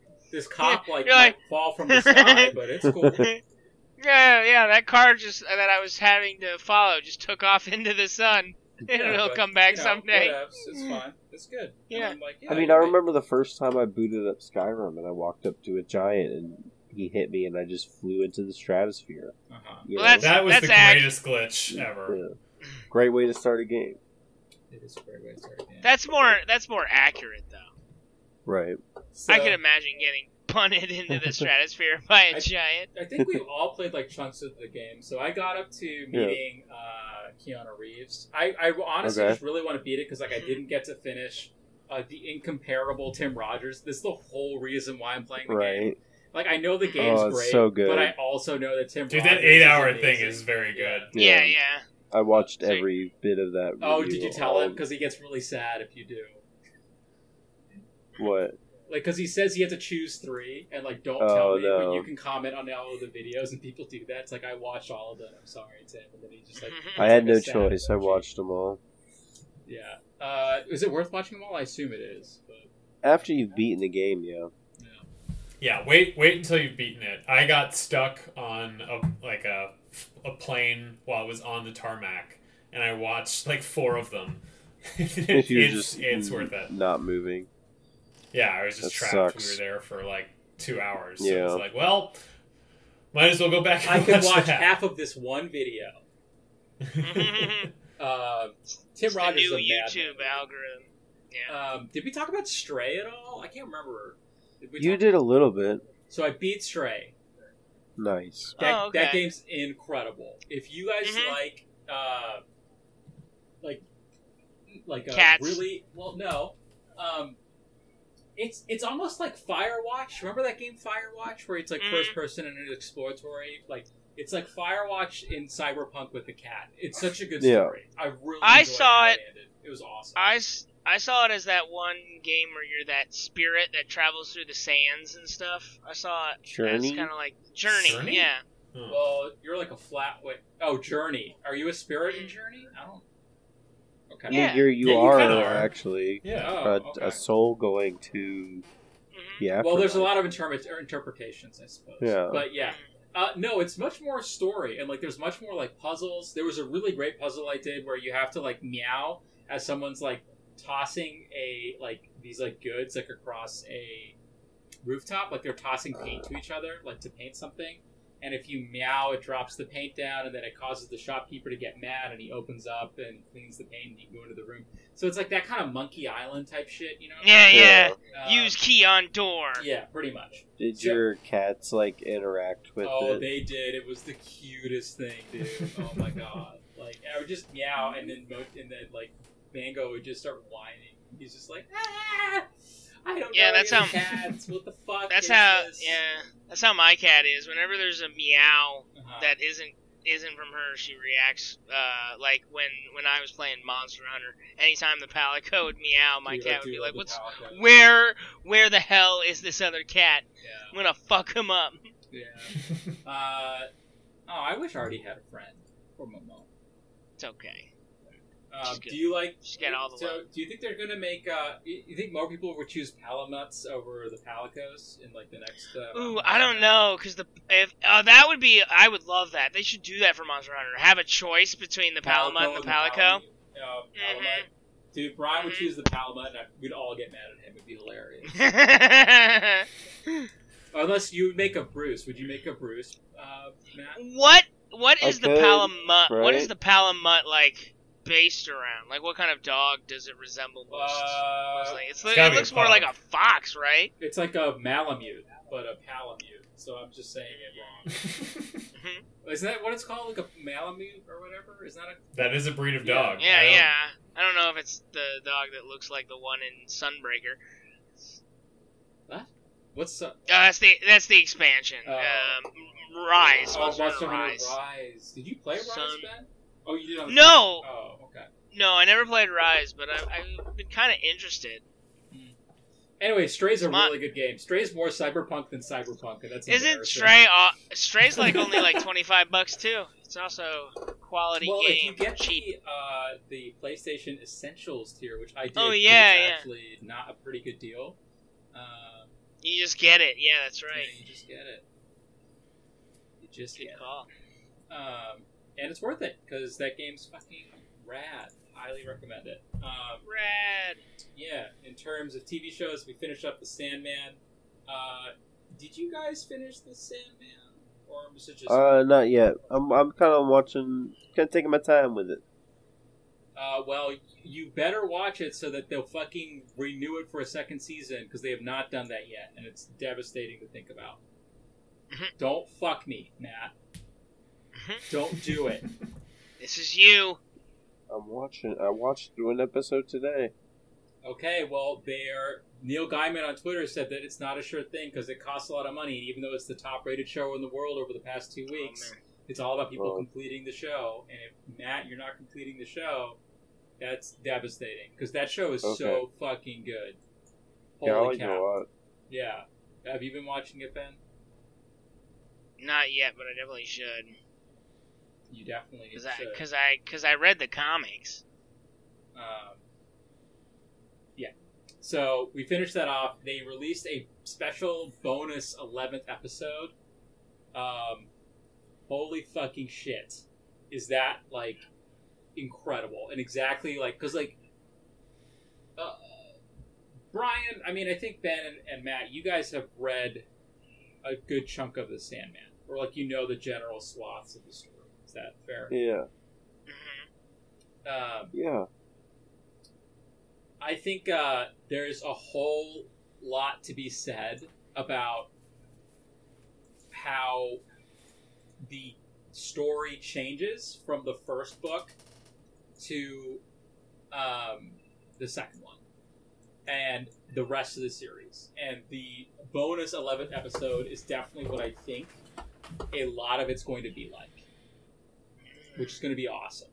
C: this cop like
B: You're like-
C: might fall from the sky, but it's cool.
B: yeah, yeah. That car just uh, that I was having to follow just took off into the sun. and
C: Yeah,
B: it'll
C: but,
B: come back
C: you know,
B: someday.
C: whatevs, it's fine. It's good. And
B: Yeah.
C: I'm like, yeah,
D: I mean, I remember the first time I booted up Skyrim and I walked up to a giant and he hit me and I just flew into the stratosphere.
C: Uh-huh.
D: You
B: Well,
D: know?
B: that's-
A: That was the
B: act-
A: greatest glitch ever.
D: Yeah. Great way to start a game.
C: It is a great way to start a game.
B: That's more that's more accurate though.
D: Right.
C: So,
B: I could imagine getting punted into the stratosphere by a
C: I-
B: giant.
C: I think we've all played like chunks of the game. So I got up to meeting uh, Keanu Reeves. I, I honestly
D: Okay.
C: just really want to beat it because
A: Mm-hmm.
C: like I didn't get to finish uh, the incomparable Tim Rogers. This is the whole reason why I'm playing the game.
D: Right.
C: Like I know the game's
D: Oh, it's
C: great,
D: so good.
C: but I also know that Tim.
A: Dude,
C: Rogers
A: that eight-hour
C: is
A: thing
C: amazing.
A: is very good.
B: Yeah, yeah.
D: I watched
B: So-
D: every bit of that.
C: Oh,
D: review
C: did you tell him?
D: on-
C: Because he gets really sad if you do.
D: What?
C: Like, because he says he had to choose three, and like, don't
D: Oh,
C: tell me,
D: no.
C: but you can comment on all of the videos, and people do that. It's like I watched all of them. I'm sorry, Tim. And then he just like,
D: I had
C: It's
D: no
C: like a sad
D: choice. I
C: emoji.
D: watched them all.
C: yeah. Uh, is it worth watching them all? I assume it is. But
D: After you've beaten the game, yeah.
A: Yeah, wait, wait until you've beaten it. I got stuck on a like a a plane while it was on the tarmac, and I watched like four of them. it's
D: If you're just
A: it's worth it.
D: Not moving.
A: Yeah, I was just
D: That
A: trapped.
D: sucks.
A: We were there for like two hours. So
D: Yeah.
A: I was like, well, might as well go back.
C: I
A: And
C: could watch
A: that.
C: half of this one video. Uh, Tim
B: It's the
C: Rogers is
B: new
C: a madman.
B: YouTube algorithm. Yeah.
C: Um, did we talk about Stray at all? I can't remember. Did we
D: You
C: talk-
D: did a little bit.
C: So I beat Stray.
D: Nice.
C: That,
B: Oh,
C: that
B: okay.
C: game's incredible. If you guys
B: Mhm.
C: like, uh, like, like a
B: Cats.
C: really well, no, um, it's it's almost like Firewatch. Remember that game Firewatch, where it's like
B: Mhm.
C: first person and it's exploratory. Like it's like Firewatch in Cyberpunk with the cat. It's such a good
D: Yeah.
C: story. I really
B: I
C: enjoyed
B: saw
C: how
B: it.
C: ended. It was awesome.
B: I, s- I saw it as that one game where you're that spirit that travels through the sands and stuff. I saw it. as
D: Journey.
B: kind of like Journey.
A: Journey?
B: Yeah.
A: Hmm.
C: Well, you're like a flat. Wait, oh, Journey. Are you a spirit in Journey? I don't. Okay.
B: Mm. Yeah.
D: You're, you
A: Yeah, you
D: are
A: kinda are.
D: actually
A: Yeah.
C: Oh,
D: a,
C: okay.
D: Uh, a soul going to
B: Mhm.
D: yeah.
C: Well, there's a lot of interpre- or interpretations, I suppose.
D: Yeah.
C: But yeah. Uh, no, it's much more story, and like there's much more like puzzles. There was a really great puzzle I did where you have to like meow as someone's like tossing a like these like goods like across a rooftop, like they're tossing paint to each other, like to paint something. And if you meow, it drops the paint down, and then it causes the shopkeeper to get mad, and he opens up and cleans the paint, and you can go into the room. So it's like that kind of Monkey Island type shit, you know?
B: Yeah, yeah.
C: Um,
B: Use key on door.
C: Yeah, pretty much.
D: Did
C: So-
D: your cats like interact with
C: oh,
D: it?
C: they did. It was the cutest thing, dude. oh my god! Like I would just meow, and then mo- and then like Mango would just start whining. He's just like, ah, I don't
B: Yeah,
C: know.
B: that's
C: your
B: how-
C: cats. What the fuck?
B: That's
C: is
B: how
C: this?"
B: yeah. That's how my cat is. Whenever there's a meow
C: Uh-huh.
B: that isn't isn't from her, she reacts. Uh, like when when I was playing Monster Hunter, anytime the palico would meow, my
C: Dude, I
B: cat would
C: do
B: be like,
C: love the
B: "What's
C: Palico.
B: where where the hell is this other cat? I'm gonna fuck him up."
C: Yeah, yeah. Uh, oh, I wish I already had a friend for Momo.
B: It's okay.
C: Uh,
B: She's good.
C: do you like?
B: She's got all the
C: so,
B: love.
C: do you think they're gonna make? Uh, you you think more people would choose Palamuts over the Palicos in like the next? Uh,
B: Ooh, I don't know, cause the if oh that would be I would love that. They should do that for Monster Hunter. Have a choice between the Palamut and the Palico.
C: Palamute. Uh, Palamut. Dude, Brian would
B: Mhm.
C: choose the Palamut, and I, we'd all get mad at him. It'd be hilarious. Unless you would make a Bruce. Would you make a Bruce, uh, Matt?
B: what what
D: I
B: is the
D: could,
B: Palamut? What is
D: right?
B: the Palamut like based around? Like what kind of dog does it resemble most?
C: Uh,
B: Mostly? it's,
A: it's gotta
B: it
A: be a
B: looks more
A: fox.
B: like a fox, right?
C: it's like a Malamute, but a Palamute. So I'm just saying it wrong. Isn't that what it's called? Like a Malamute or whatever? Is that a
A: that is a breed of
C: Yeah.
A: dog.
B: Yeah,
A: I don't-
B: yeah. I don't know if it's the dog that looks like the one in Sunbreaker.
C: what's the
B: Uh, that's the that's the expansion.
C: Oh.
B: um, Rise, Monster
C: oh,
B: Hunter
C: Monster Hunter
B: Rise.
C: Rise. Did you play Rise,
B: Some-
C: Ben? Oh, you did. On
B: No,
C: Oh, okay.
B: no, I never played Rise, but I, I've been kind of interested.
C: Anyway, Stray's a
B: Mon-
C: really good game. Stray's more cyberpunk than cyberpunk, and that's
B: Isn't
C: embarrassing.
B: Stray? Uh, Stray's like only like twenty five bucks too. It's also a quality
C: well,
B: game,
C: if you get
B: cheap.
C: the uh, the PlayStation Essentials tier, which I did,
B: Oh,
C: 'cause it's
B: yeah, yeah.
C: actually not a pretty good deal. Um,
B: You just get it. Yeah, that's
C: yeah,
B: right.
C: you just get it. You just
B: Good
C: get it.
B: call.
C: Um, and it's worth it because that game's fucking rad. Highly recommend it. Um,
B: Rad.
C: yeah, in terms of TV shows, we finished up the Sandman. Uh, did you guys finish the Sandman, or was it just?
D: Uh, not yet. I'm I'm kind of watching, kind of taking my time with it.
C: Uh, well, you better watch it so that they'll fucking renew it for a second season because they have not done that yet, and it's devastating to think about.
B: Mhm.
C: Don't fuck me, Matt.
B: Mhm.
C: Don't do it.
B: This is you.
D: I'm watching. I watched one episode today.
C: Okay, well, they're Neil Gaiman on Twitter said that it's not a sure thing because it costs a lot of money, and even though it's the top-rated show in the world over the past two weeks,
B: Oh, man.
C: it's all about people
D: Well-
C: completing the show. And if Matt, you're not completing the show, that's devastating because that show is so
D: Okay.
C: fucking good.
D: yeah, I
C: Holy
D: like it
C: cow!
D: a lot.
C: Yeah. Have you been watching it, Ben?
B: Not yet, but I definitely should.
C: You definitely
B: Cause
C: should.
B: I, cause I, cause I read the comics.
C: Um, yeah. So we finished that off. They released a special bonus 11th episode. Um, holy fucking shit. Is that, like, incredible? And exactly, like, because, like, uh, Brian, I mean, I think Ben and, and Matt, you guys have read a good chunk of The Sandman. Or, like, you know the general swaths of the story. Is that fair?
D: Yeah,
B: Mhm.
C: Um,
D: yeah.
C: I think uh, there's a whole lot to be said about how the story changes from the first book to um, the second one and the rest of the series. And the bonus 11th episode is definitely what I think a lot of it's going to be like which is going to be awesome.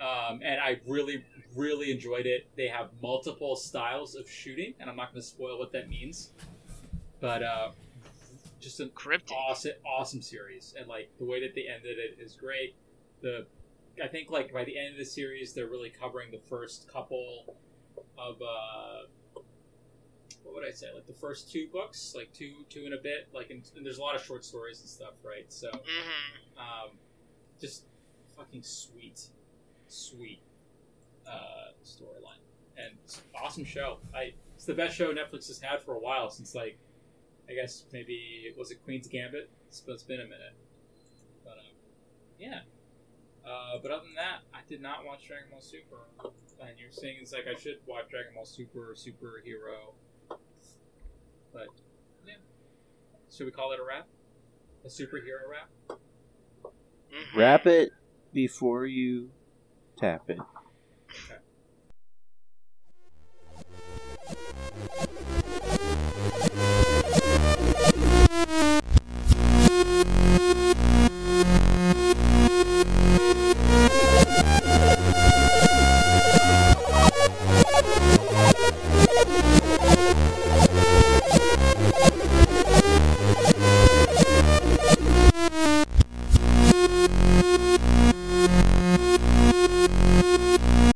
C: Um, and I really, really enjoyed it. They have multiple styles of shooting, and I'm not going to spoil what that means, but uh, just an
B: Cryptic.
C: awesome, awesome series, and like the way that they ended it is great. The I think like by the end of the series, they're really covering the first couple of uh, what would I say? Like the first two books, like two, two and a bit. Like and, and there's a lot of short stories and stuff, right? So
B: Mm-hmm.
C: um, just fucking sweet, sweet uh, storyline and it's an awesome show. I it's the best show Netflix has had for a while since like I guess maybe was it Queen's Gambit? It's, it's been a minute, but um, yeah. Uh, but other than that, I did not watch Dragon Ball Super. And you're saying it's like I should watch Dragon Ball Super or Superhero, but yeah. Should we call it a wrap? A superhero wrap?
B: Mm-hmm.
D: Wrap it before you tap it.